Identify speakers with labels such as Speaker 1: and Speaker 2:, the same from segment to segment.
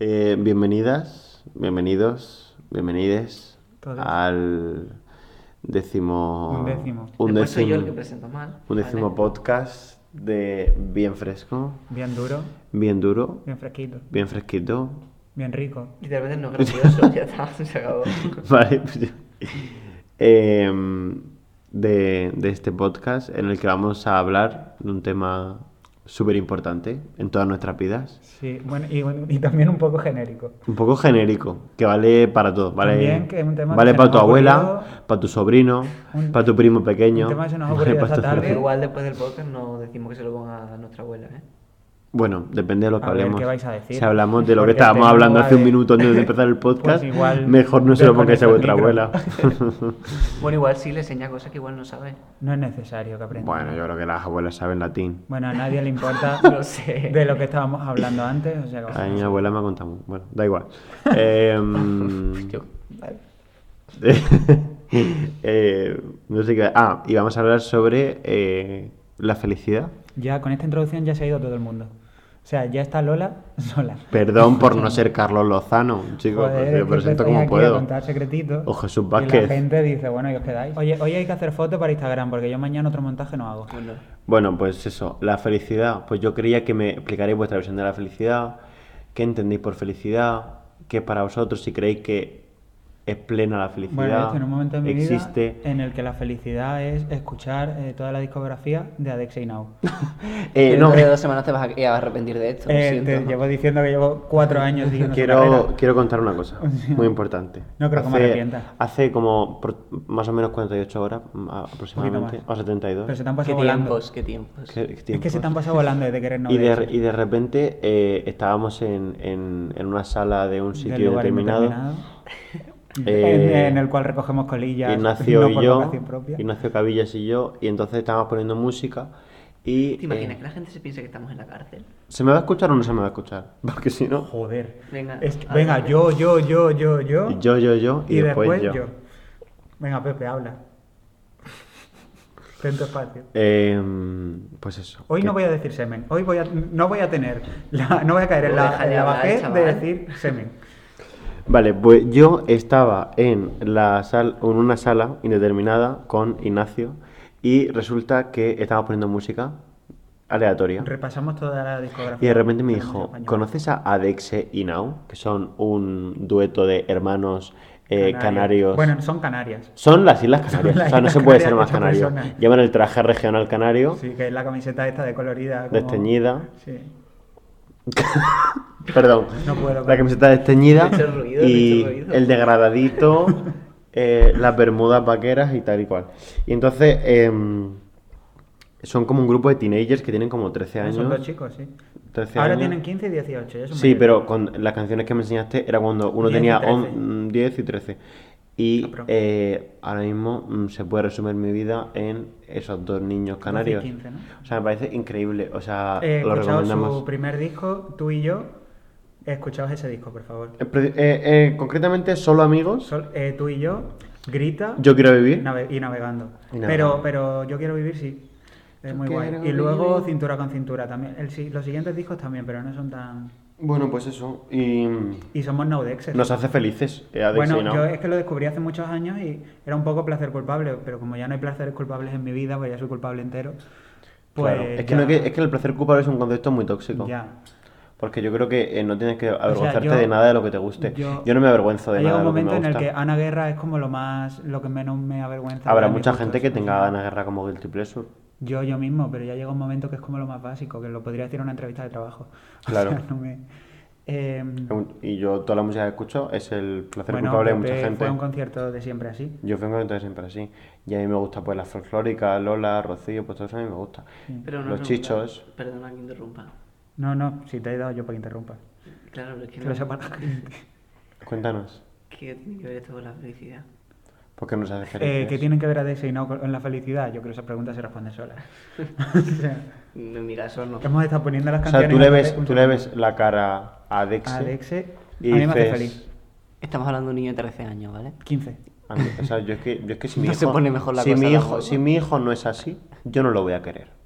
Speaker 1: Eh, bienvenidas, bienvenidos, bienvenides
Speaker 2: Todos.
Speaker 1: al décimo...
Speaker 2: Undécimo.
Speaker 3: Después soy yo el que
Speaker 1: Undécimo,
Speaker 3: presento mal.
Speaker 1: undécimo
Speaker 3: ¿vale?
Speaker 1: podcast de Bien Fresco,
Speaker 2: Bien duro,
Speaker 1: Bien Duro,
Speaker 2: bien fresquito,
Speaker 1: Bien Fresquito.
Speaker 2: bien rico.
Speaker 3: Literalmente no gracioso, ya está, se acabó.
Speaker 1: Vale, pues yo- Em, de, de este podcast en el que vamos a hablar de un tema súper importante en todas nuestras vidas.
Speaker 2: Sí, bueno, y, bueno, y también un poco genérico.
Speaker 1: Un poco genérico, que vale para todo. Vale,
Speaker 2: También que es un tema
Speaker 1: vale
Speaker 2: que
Speaker 1: para
Speaker 2: nos
Speaker 1: tu
Speaker 2: ha
Speaker 1: abuela,
Speaker 2: ocurrido.
Speaker 1: para tu sobrino,
Speaker 2: Un-
Speaker 1: para tu primo pequeño.
Speaker 2: un tema que se nos ha
Speaker 1: vale
Speaker 2: ocurrido
Speaker 1: para
Speaker 2: esta
Speaker 1: tu-
Speaker 2: tarde.
Speaker 3: Pero igual después del podcast no decimos que se lo ponga a nuestra abuela, ¿eh?
Speaker 1: Bueno, depende de lo que
Speaker 2: A ver,
Speaker 1: hablemos.
Speaker 2: ¿qué vais a decir?
Speaker 1: Si hablamos de lo que
Speaker 2: Porque el
Speaker 1: estábamos
Speaker 2: tema
Speaker 1: hablando
Speaker 2: va
Speaker 1: hace un
Speaker 2: de-
Speaker 1: minuto antes de empezar el podcast,
Speaker 2: Pues igual
Speaker 1: mejor no se lo pongáis a vuestra abuela.
Speaker 2: desconectáis
Speaker 3: Bueno, igual sí le enseña cosas que igual no sabe.
Speaker 2: No es necesario que aprendan.
Speaker 1: bueno, yo creo que las abuelas saben latín.
Speaker 2: Bueno, a nadie le importa
Speaker 3: No sé.
Speaker 2: de lo que estábamos hablando antes. O sea, que-
Speaker 1: A mi abuela me ha contado. mu- Bueno, da igual. Em,
Speaker 3: Yo.
Speaker 1: eh, no sé qué. Ah, y vamos a hablar sobre eh, la felicidad.
Speaker 2: Ya con esta introducción ya se ha ido todo el mundo. O sea, ya está Lola sola.
Speaker 1: Perdón por no ser Carlos Lozano, chicos.
Speaker 2: Joder,
Speaker 1: pero
Speaker 2: es
Speaker 1: yo
Speaker 2: que
Speaker 1: presento
Speaker 2: empezáis
Speaker 1: como
Speaker 2: aquí A
Speaker 1: puedo.
Speaker 2: contar secretitos.
Speaker 1: O Jesús
Speaker 2: Y
Speaker 1: Vázquez.
Speaker 2: la gente dice, bueno, y os quedáis. Oye, hoy hay que hacer foto para Instagram porque yo mañana otro montaje no hago.
Speaker 3: Bueno,
Speaker 1: Bueno, pues eso, la felicidad. Pues yo quería que me explicarais vuestra versión de la felicidad, qué entendéis por felicidad, qué es para vosotros, si creéis que es plena la felicidad,
Speaker 2: Bueno, yo estoy en un momento de mi
Speaker 1: existe.
Speaker 2: vida en el que la felicidad es escuchar eh, toda la discografía de Adexia y Now.
Speaker 1: Eh, no,
Speaker 3: Dentro de dos semanas te vas a, ya vas a arrepentir de esto. lo
Speaker 2: Eh,
Speaker 3: siento.
Speaker 2: te llevo diciendo que llevo cuatro años diciendo esa
Speaker 1: quiero,
Speaker 2: carrera.
Speaker 1: quiero contar una cosa muy importante.
Speaker 2: No creo que me
Speaker 1: Hace-
Speaker 2: arrepienta.
Speaker 1: Hace como por- más o menos 48 horas mm, a- aproximadamente,
Speaker 2: más.
Speaker 1: o 72.
Speaker 2: Pero se te han
Speaker 3: Qué
Speaker 2: pasado volando.
Speaker 3: tiempos, qué tiempos.
Speaker 1: ¿Qué- qué
Speaker 2: Es que se
Speaker 1: tiempos?
Speaker 2: te han pasado volando desde querer no
Speaker 1: Y de,
Speaker 2: Adexia.
Speaker 1: y de repente eh, estábamos en, en- en una sala de un
Speaker 2: Del
Speaker 1: sitio
Speaker 2: lugar
Speaker 1: determinado.
Speaker 2: indeterminado. en,
Speaker 1: Eh,
Speaker 2: en el cual recogemos colillas
Speaker 1: Ignacio
Speaker 2: no
Speaker 1: y
Speaker 2: por
Speaker 1: yo,
Speaker 2: vocación propia.
Speaker 1: Ignacio Cabillas y yo, y entonces estábamos poniendo música y...
Speaker 3: ¿Te imaginas
Speaker 1: eh,
Speaker 3: que la gente se piensa que estamos en la cárcel?
Speaker 1: ¿Se me va a escuchar o no se me va a escuchar? Porque si no...
Speaker 2: Joder.
Speaker 3: Venga,
Speaker 2: Es que- venga,
Speaker 3: adelante.
Speaker 2: yo, yo, yo, yo, yo.
Speaker 1: Yo, yo, yo, y,
Speaker 2: y después, yo.
Speaker 1: yo.
Speaker 2: Venga, Pepe, habla. Ten tu espacio.
Speaker 1: Eh, pues eso.
Speaker 2: Hoy
Speaker 1: que-
Speaker 2: no voy a decir semen. Hoy voy a, no voy a tener. la- no voy a caer en
Speaker 3: Deja
Speaker 2: la,
Speaker 3: de
Speaker 2: en la
Speaker 3: hablar,
Speaker 2: bajez de
Speaker 3: chaval.
Speaker 2: decir semen.
Speaker 1: Vale, pues yo estaba en, la sal, en una sala indeterminada con Ignacio y resulta que estábamos poniendo música aleatoria.
Speaker 2: Repasamos toda la discografía.
Speaker 1: Y de repente me
Speaker 2: de la música
Speaker 1: dijo,
Speaker 2: española.
Speaker 1: ¿conoces a Adexe y Now? Que son un dueto de hermanos eh,
Speaker 2: Canarias.
Speaker 1: canarios.
Speaker 2: Bueno, son canarias.
Speaker 1: Son las Islas Canarias.
Speaker 2: las
Speaker 1: o sea, no
Speaker 2: Islas
Speaker 1: se puede
Speaker 2: Canarias
Speaker 1: ser más
Speaker 2: de esa
Speaker 1: canario.
Speaker 2: persona.
Speaker 1: Llevan el traje regional canario,
Speaker 2: Sí, que es la camiseta esta de colorida. Como...
Speaker 1: desteñida.
Speaker 2: Sí.
Speaker 1: Perdón.
Speaker 2: No puedo,
Speaker 1: la
Speaker 2: pero-
Speaker 1: camiseta desteñida.
Speaker 3: Le he hecho ruido, le he
Speaker 1: y
Speaker 3: hecho ruido.
Speaker 1: el degradadito, eh, las bermudas vaqueras y tal y cual. Y entonces em, son como un grupo de teenagers que tienen como 13 años.
Speaker 2: Ah, Son dos chicos, sí.
Speaker 1: 13
Speaker 2: Ahora
Speaker 1: años.
Speaker 2: tienen 15 y 18. ya son
Speaker 1: este Sí,
Speaker 2: mayores.
Speaker 1: pero con las canciones que me enseñaste era cuando uno
Speaker 2: 10 y Ah,
Speaker 1: tenía
Speaker 2: 13.
Speaker 1: on- mm, 10 y 13. Y
Speaker 2: Apro.
Speaker 1: eh, ahora mismo mm, se puede resumir mi vida en esos dos niños canarios.
Speaker 2: 15, ¿no?
Speaker 1: O sea, me parece increíble. O sea,
Speaker 2: He
Speaker 1: ah, lo
Speaker 2: escuchado
Speaker 1: recomendamos.
Speaker 2: su primer disco, tú y yo. Escuchaos ese disco, por favor.
Speaker 1: Eh, pre- eh, eh, concretamente, solo amigos.
Speaker 2: Sol- eh, tú y yo, Grita
Speaker 1: Yo quiero vivir.
Speaker 2: nave- y Navegando.
Speaker 1: Y navegando.
Speaker 2: Pero, pero Yo Quiero Vivir sí. Es
Speaker 1: Yo
Speaker 2: muy guay.
Speaker 1: quiero
Speaker 2: Y luego
Speaker 1: vivir.
Speaker 2: Cintura con Cintura también. El si- los siguientes discos también, pero no son tan...
Speaker 1: Bueno, pues eso. Y mm,
Speaker 2: Y somos Naudexes.
Speaker 1: nos hace felices. eh, Adix
Speaker 2: bueno,
Speaker 1: y Nao.
Speaker 2: yo es que lo descubrí hace muchos años y era un poco placer culpable, pero como ya no hay placeres culpables en mi vida, pues ya soy culpable entero, pues...
Speaker 1: Claro. es, que
Speaker 2: ya-
Speaker 1: no hay que- es que el placer culpable es un concepto muy tóxico.
Speaker 2: ya.
Speaker 1: Porque yo creo que eh, no tienes que avergonzarte
Speaker 2: yo-
Speaker 1: de nada de lo que te guste. Yo,
Speaker 2: yo-
Speaker 1: no me avergüenzo de
Speaker 2: Hay
Speaker 1: nada
Speaker 2: un
Speaker 1: de lo que me
Speaker 2: momento
Speaker 1: gusta.
Speaker 2: en el que Ana Guerra es como lo más, lo que menos me avergüenza.
Speaker 1: Habrá
Speaker 2: de mis
Speaker 1: mucha
Speaker 2: gustos,
Speaker 1: gente que
Speaker 2: o sea,
Speaker 1: tenga Ana Guerra como guilty pleasure.
Speaker 2: Yo, yo mismo, pero ya llega un momento que es como lo más básico, que lo podría decir en una entrevista de trabajo. O
Speaker 1: Claro.
Speaker 2: sea, no me- Eh,
Speaker 1: Y yo toda la música que escucho es el placer
Speaker 2: bueno,
Speaker 1: culpable de
Speaker 2: Pepe
Speaker 1: mucha
Speaker 2: fue a un
Speaker 1: gente.
Speaker 2: concierto de siempre así.
Speaker 1: Yo vengo entonces siempre así. Y a mí me gusta pues la folclórica, Lola, Rocío, pues todo eso a mí me gusta.
Speaker 2: Mm.
Speaker 3: Pero no
Speaker 1: Los
Speaker 3: nos
Speaker 1: chichos.
Speaker 3: gusta. Perdona que interrumpa.
Speaker 2: No, no, si te he dado yo para que interrumpas.
Speaker 3: Claro, pero es que
Speaker 2: Que
Speaker 3: no.
Speaker 2: lo sepa la gente.
Speaker 1: Cuéntanos,
Speaker 3: ¿Qué tiene que ver esto con la felicidad?
Speaker 1: ¿por qué nos hace
Speaker 2: Eh,
Speaker 1: felices?
Speaker 2: ¿Qué tienen que ver a Daisy y no con la felicidad? Yo creo que esa pregunta se responde sola. O sea,
Speaker 3: En mi caso no.
Speaker 2: hemos estado poniendo las
Speaker 1: o sea,
Speaker 2: canciones...
Speaker 1: tú le, ves,
Speaker 2: antes,
Speaker 1: tú le ves la cara a Dexe.
Speaker 2: A Dexe, a
Speaker 1: y
Speaker 2: mí me hace
Speaker 1: dices-
Speaker 2: feliz.
Speaker 3: Estamos hablando de un niño de 13 años, ¿vale?
Speaker 2: 15.
Speaker 1: a mí- o sea, yo es que, yo es que si mi
Speaker 3: No
Speaker 1: hijo,
Speaker 3: se pone mejor la
Speaker 1: si
Speaker 3: cosa,
Speaker 1: mi
Speaker 3: la
Speaker 1: hijo
Speaker 3: verdad.
Speaker 1: Si mi hijo no es así, yo no lo voy a querer.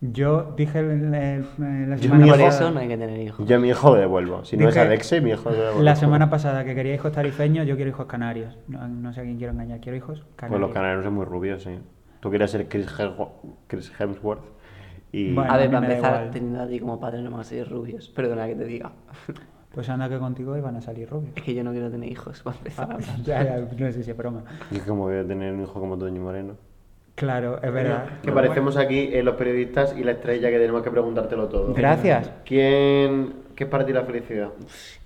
Speaker 2: Yo dije el- el- el- la
Speaker 1: Yo
Speaker 2: semana
Speaker 1: mi
Speaker 3: Por
Speaker 1: hijo-
Speaker 2: pasada-
Speaker 3: eso no hay que tener hijos.
Speaker 1: Yo a mi hijo le devuelvo. Si no es
Speaker 2: Dije-
Speaker 1: Alexe, mi hijo le devuelvo.
Speaker 2: La semana pasada que quería hijos tarifeños, yo quiero hijos canarios. No, no sé a quién quiero engañar, quiero hijos
Speaker 1: Pues
Speaker 2: canarios.
Speaker 1: los canarios son muy rubios, sí. Tú querías ser Chris, Hemswo- Chris Hemsworth y...
Speaker 2: Bueno.
Speaker 3: a ver,
Speaker 2: a mí
Speaker 3: para
Speaker 2: me da
Speaker 3: empezar,
Speaker 2: igual.
Speaker 3: teniendo a ti como padre no me vas a salir rubios. Perdona que te diga.
Speaker 2: Pues anda que contigo iban a salir rubios.
Speaker 3: Es que yo no quiero tener hijos, para empezar.
Speaker 2: Ah, ya, ya, no sé si es broma.
Speaker 1: Y es como voy a tener un hijo como Toño Moreno.
Speaker 2: Claro, es verdad.
Speaker 1: Que parecemos aquí eh, los periodistas y la estrella que tenemos que preguntártelo todo.
Speaker 2: Gracias.
Speaker 1: ¿Quién... ¿Qué es para ti la felicidad?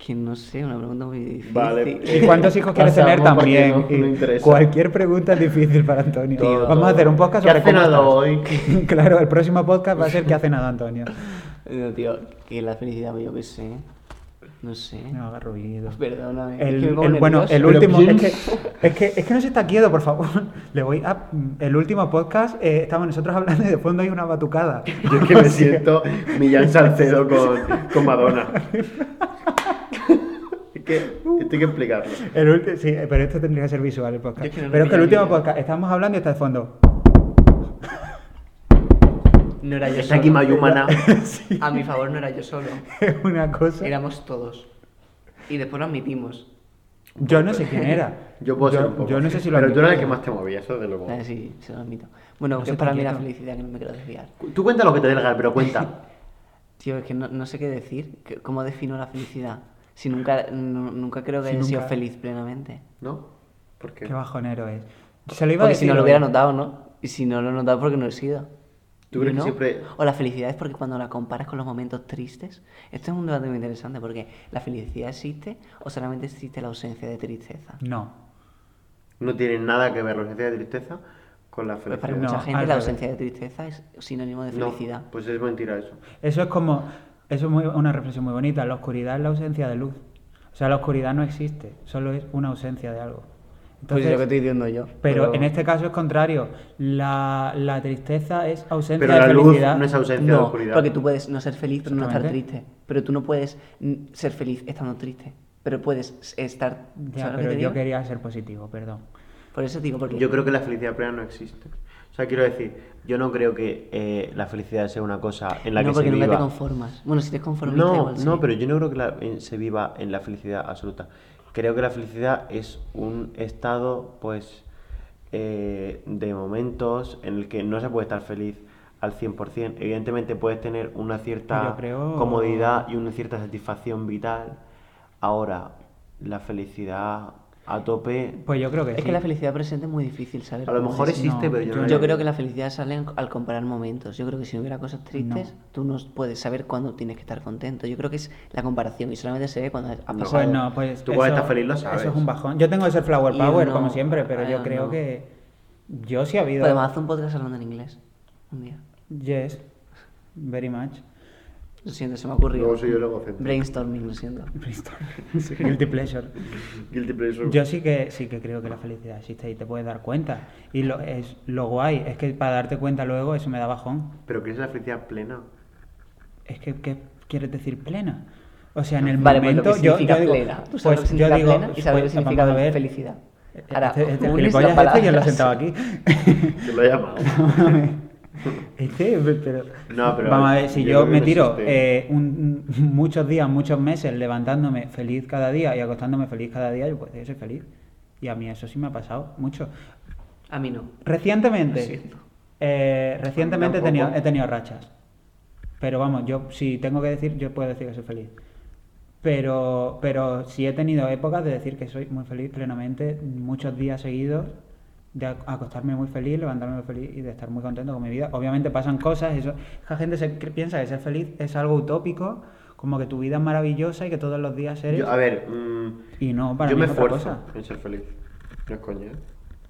Speaker 3: Que no sé, una pregunta muy difícil.
Speaker 2: ¿Y cuántos hijos quieres
Speaker 1: pasamos
Speaker 2: tener
Speaker 1: porque
Speaker 2: también?
Speaker 1: No, no
Speaker 2: Y
Speaker 1: interesa.
Speaker 2: Cualquier pregunta es difícil para Antonio.
Speaker 1: Todo,
Speaker 2: Vamos a
Speaker 1: todo.
Speaker 2: hacer un podcast
Speaker 1: ¿Qué
Speaker 2: sobre
Speaker 1: has cenado
Speaker 2: cómo
Speaker 1: hoy?
Speaker 2: estás. Claro, el próximo podcast va a ser ¿Qué ha cenado Antonio?
Speaker 3: No, tío, que la felicidad, pues yo qué sé. No sé.
Speaker 2: No haga ruido.
Speaker 1: Pues
Speaker 3: Perdóname. es
Speaker 2: El-
Speaker 3: que me pongo
Speaker 2: el- bueno,
Speaker 3: nervioso.
Speaker 2: el
Speaker 1: Pero
Speaker 2: último. pues Es
Speaker 1: ¿quién?
Speaker 2: que, es, que, es que no se está quieto, por favor. Le voy a. El último podcast, eh, estamos nosotros hablando y de fondo hay una batucada.
Speaker 1: Yo es que me siento Millán Salcedo con, con Madonna. es que esto hay que explicarlo.
Speaker 2: El ulti- sí, eh, pero esto tendría que ser visual el
Speaker 3: Yo
Speaker 2: podcast.
Speaker 3: quiero
Speaker 2: Pero es que el
Speaker 3: repetir
Speaker 2: último
Speaker 3: el vídeo.
Speaker 2: podcast, estamos hablando y está de fondo.
Speaker 3: No era yo
Speaker 1: Está aquí
Speaker 3: solo.
Speaker 1: Mayumana.
Speaker 2: Sí,
Speaker 3: A mi favor no era yo solo.
Speaker 2: es una cosa.
Speaker 3: Éramos todos. Y después lo admitimos.
Speaker 2: Yo no sé quién era.
Speaker 1: Yo puedo
Speaker 2: yo,
Speaker 1: ser un poco.
Speaker 2: yo no sé si lo Eh,
Speaker 1: Pero tú eras el que
Speaker 2: admití.
Speaker 1: más te movías, eso de luego.
Speaker 3: Ah, Sí, se lo admito. Bueno,
Speaker 2: No
Speaker 3: que
Speaker 2: se
Speaker 3: es para mí la
Speaker 2: tranquilo.
Speaker 3: felicidad que no me quiero desviar.
Speaker 1: Tú cuenta lo que te dé la gana, pero cuenta.
Speaker 3: Tío, es que no, no sé qué decir. que- ¿Cómo defino la felicidad? Si nunca, no- nunca creo que
Speaker 2: Si
Speaker 3: haya sido
Speaker 2: nunca-
Speaker 3: feliz plenamente.
Speaker 1: ¿No? ¿Por qué?
Speaker 2: Qué bajonero es. Se lo iba a ¿eh?
Speaker 3: Porque si
Speaker 2: decir.
Speaker 3: no lo
Speaker 2: hoy.
Speaker 3: hubiera notado, ¿no? Y si no lo he notado, porque no he sido.
Speaker 1: ¿Tú crees que
Speaker 3: ¿No?
Speaker 1: siempre-
Speaker 3: O la felicidad es porque cuando la comparas con los momentos tristes. Esto es un debate muy interesante porque ¿la felicidad existe o solamente existe la ausencia de tristeza?
Speaker 2: No.
Speaker 1: No tiene nada que ver la ausencia de tristeza con la
Speaker 3: Pues
Speaker 1: felicidad.
Speaker 3: para
Speaker 2: No,
Speaker 3: mucha gente
Speaker 2: al
Speaker 3: la
Speaker 2: revés.
Speaker 3: ausencia de tristeza es sinónimo de
Speaker 1: No,
Speaker 3: felicidad.
Speaker 1: pues es mentira eso.
Speaker 2: Eso es como. Eso es muy- una reflexión muy bonita. La oscuridad es la ausencia de luz. O sea, la oscuridad no existe. Solo es una ausencia de algo.
Speaker 3: pues es
Speaker 2: Entonces,
Speaker 3: lo que estoy diciendo yo.
Speaker 2: Pero, en este caso es contrario. La, la tristeza es ausencia
Speaker 1: Pero
Speaker 2: de
Speaker 1: la luz
Speaker 2: felicidad.
Speaker 1: no es ausencia de
Speaker 3: no,
Speaker 1: oscuridad.
Speaker 3: porque tú puedes no ser feliz pero no estar
Speaker 2: Exactamente.
Speaker 3: triste. Pero tú no puedes mm, ser feliz estando triste. Pero puedes s- estar...
Speaker 2: Ya,
Speaker 3: ¿sabes lo que
Speaker 2: pero
Speaker 3: te
Speaker 2: yo
Speaker 3: digo?
Speaker 2: quería ser positivo, perdón.
Speaker 3: Por eso digo, porque...
Speaker 1: Yo creo que la felicidad plena no existe. O sea, quiero decir, yo no creo que eh, la felicidad sea una cosa en la
Speaker 3: no,
Speaker 1: que
Speaker 3: porque
Speaker 1: se
Speaker 3: nunca
Speaker 1: viva.
Speaker 3: te conformas. Bueno, si te conformas
Speaker 1: No,
Speaker 3: igual sí.
Speaker 1: no, pero yo no creo que la- en- se viva en la felicidad absoluta. Creo que la felicidad es un estado, pues, eh, de momentos en el que no se puede estar feliz al 100%. Evidentemente puedes tener una cierta
Speaker 2: Yo creo-
Speaker 1: comodidad y una cierta satisfacción vital. Ahora, la felicidad a tope...
Speaker 2: Pues yo creo que
Speaker 3: Es
Speaker 2: sí.
Speaker 3: que la felicidad presente es muy difícil saber.
Speaker 1: a lo
Speaker 3: cómo
Speaker 1: mejor
Speaker 3: es.
Speaker 1: existe,
Speaker 2: no,
Speaker 1: pero yo, no la
Speaker 2: yo-
Speaker 3: Yo
Speaker 1: creo.
Speaker 3: creo que la felicidad sale en- al comparar momentos. Yo creo que si no hubiera cosas tristes, tú no puedes saber cuándo tienes que estar contento. Yo creo que es la comparación y solamente se ve cuando has
Speaker 1: No.
Speaker 3: pasado.
Speaker 2: Pues no, pues
Speaker 1: Tú cuando
Speaker 2: eso-
Speaker 1: estás feliz lo sabes.
Speaker 2: Eso es un bajón. Yo tengo que ser flower
Speaker 3: Y
Speaker 2: power,
Speaker 3: no,
Speaker 2: como siempre, pero
Speaker 3: I
Speaker 2: yo
Speaker 3: don't
Speaker 2: creo
Speaker 3: know.
Speaker 2: que... Yo sí he habido...
Speaker 3: Podemos hacer un podcast hablando en inglés un día.
Speaker 2: Yes, very much.
Speaker 3: Lo siento, se me ha ocurrido.
Speaker 1: Luego soy yo el egocéntrico.
Speaker 3: Brainstorming, lo siento.
Speaker 2: Guilty pleasure.
Speaker 1: Guilty pleasure.
Speaker 2: Yo sí que sí que creo que la felicidad existe y te puedes dar cuenta. Y lo, es, lo guay es que para darte cuenta luego eso me da bajón.
Speaker 1: Pero ¿qué es la felicidad plena?
Speaker 2: Es que, ¿qué quieres decir plena? O sea, en el
Speaker 3: vale, pues lo
Speaker 2: momento
Speaker 3: que
Speaker 2: yo,
Speaker 3: significa
Speaker 2: yo digo,
Speaker 3: plena. Tú sabes
Speaker 2: pues
Speaker 3: lo que
Speaker 2: yo
Speaker 3: significa
Speaker 2: digo,
Speaker 3: plena y sabes
Speaker 2: pues,
Speaker 3: el significado
Speaker 2: vamos a
Speaker 3: de
Speaker 2: ver.
Speaker 3: felicidad. Ahora,
Speaker 2: Este, este
Speaker 3: unes
Speaker 2: gilipollas
Speaker 3: las
Speaker 2: este yo lo he
Speaker 3: palabras.
Speaker 2: sentado aquí.
Speaker 1: Que lo he llamado.
Speaker 2: Este, pero...
Speaker 1: No, pero
Speaker 2: Vamos a ver, si
Speaker 1: yo
Speaker 2: yo,
Speaker 1: creo que
Speaker 2: me
Speaker 1: no
Speaker 2: tiro
Speaker 1: existe.
Speaker 2: eh, un- muchos días, muchos meses levantándome feliz cada día y acostándome feliz cada día, yo, pues, yo soy feliz. Y a mí eso sí me ha pasado mucho.
Speaker 3: A mí no. Lo
Speaker 2: Recientemente,
Speaker 3: siento.
Speaker 2: eh, recientemente he tenido,
Speaker 1: Tampoco.
Speaker 2: he tenido rachas. Pero vamos, yo si tengo que decir, yo puedo decir que soy feliz. Pero, pero sí he tenido épocas de decir que soy muy feliz plenamente, muchos días seguidos, de ac- acostarme muy feliz, levantarme muy feliz y de estar muy contento con mi vida. Obviamente pasan cosas, eso, la gente se cre- piensa que ser feliz es algo utópico, como que tu vida es maravillosa y que todos los días eres...
Speaker 1: Yo- a ver, mm,
Speaker 2: y no, para
Speaker 1: yo
Speaker 2: mí
Speaker 1: me
Speaker 2: es otra
Speaker 1: esfuerzo
Speaker 2: cosa.
Speaker 1: en ser feliz. No es coña. ¿eh?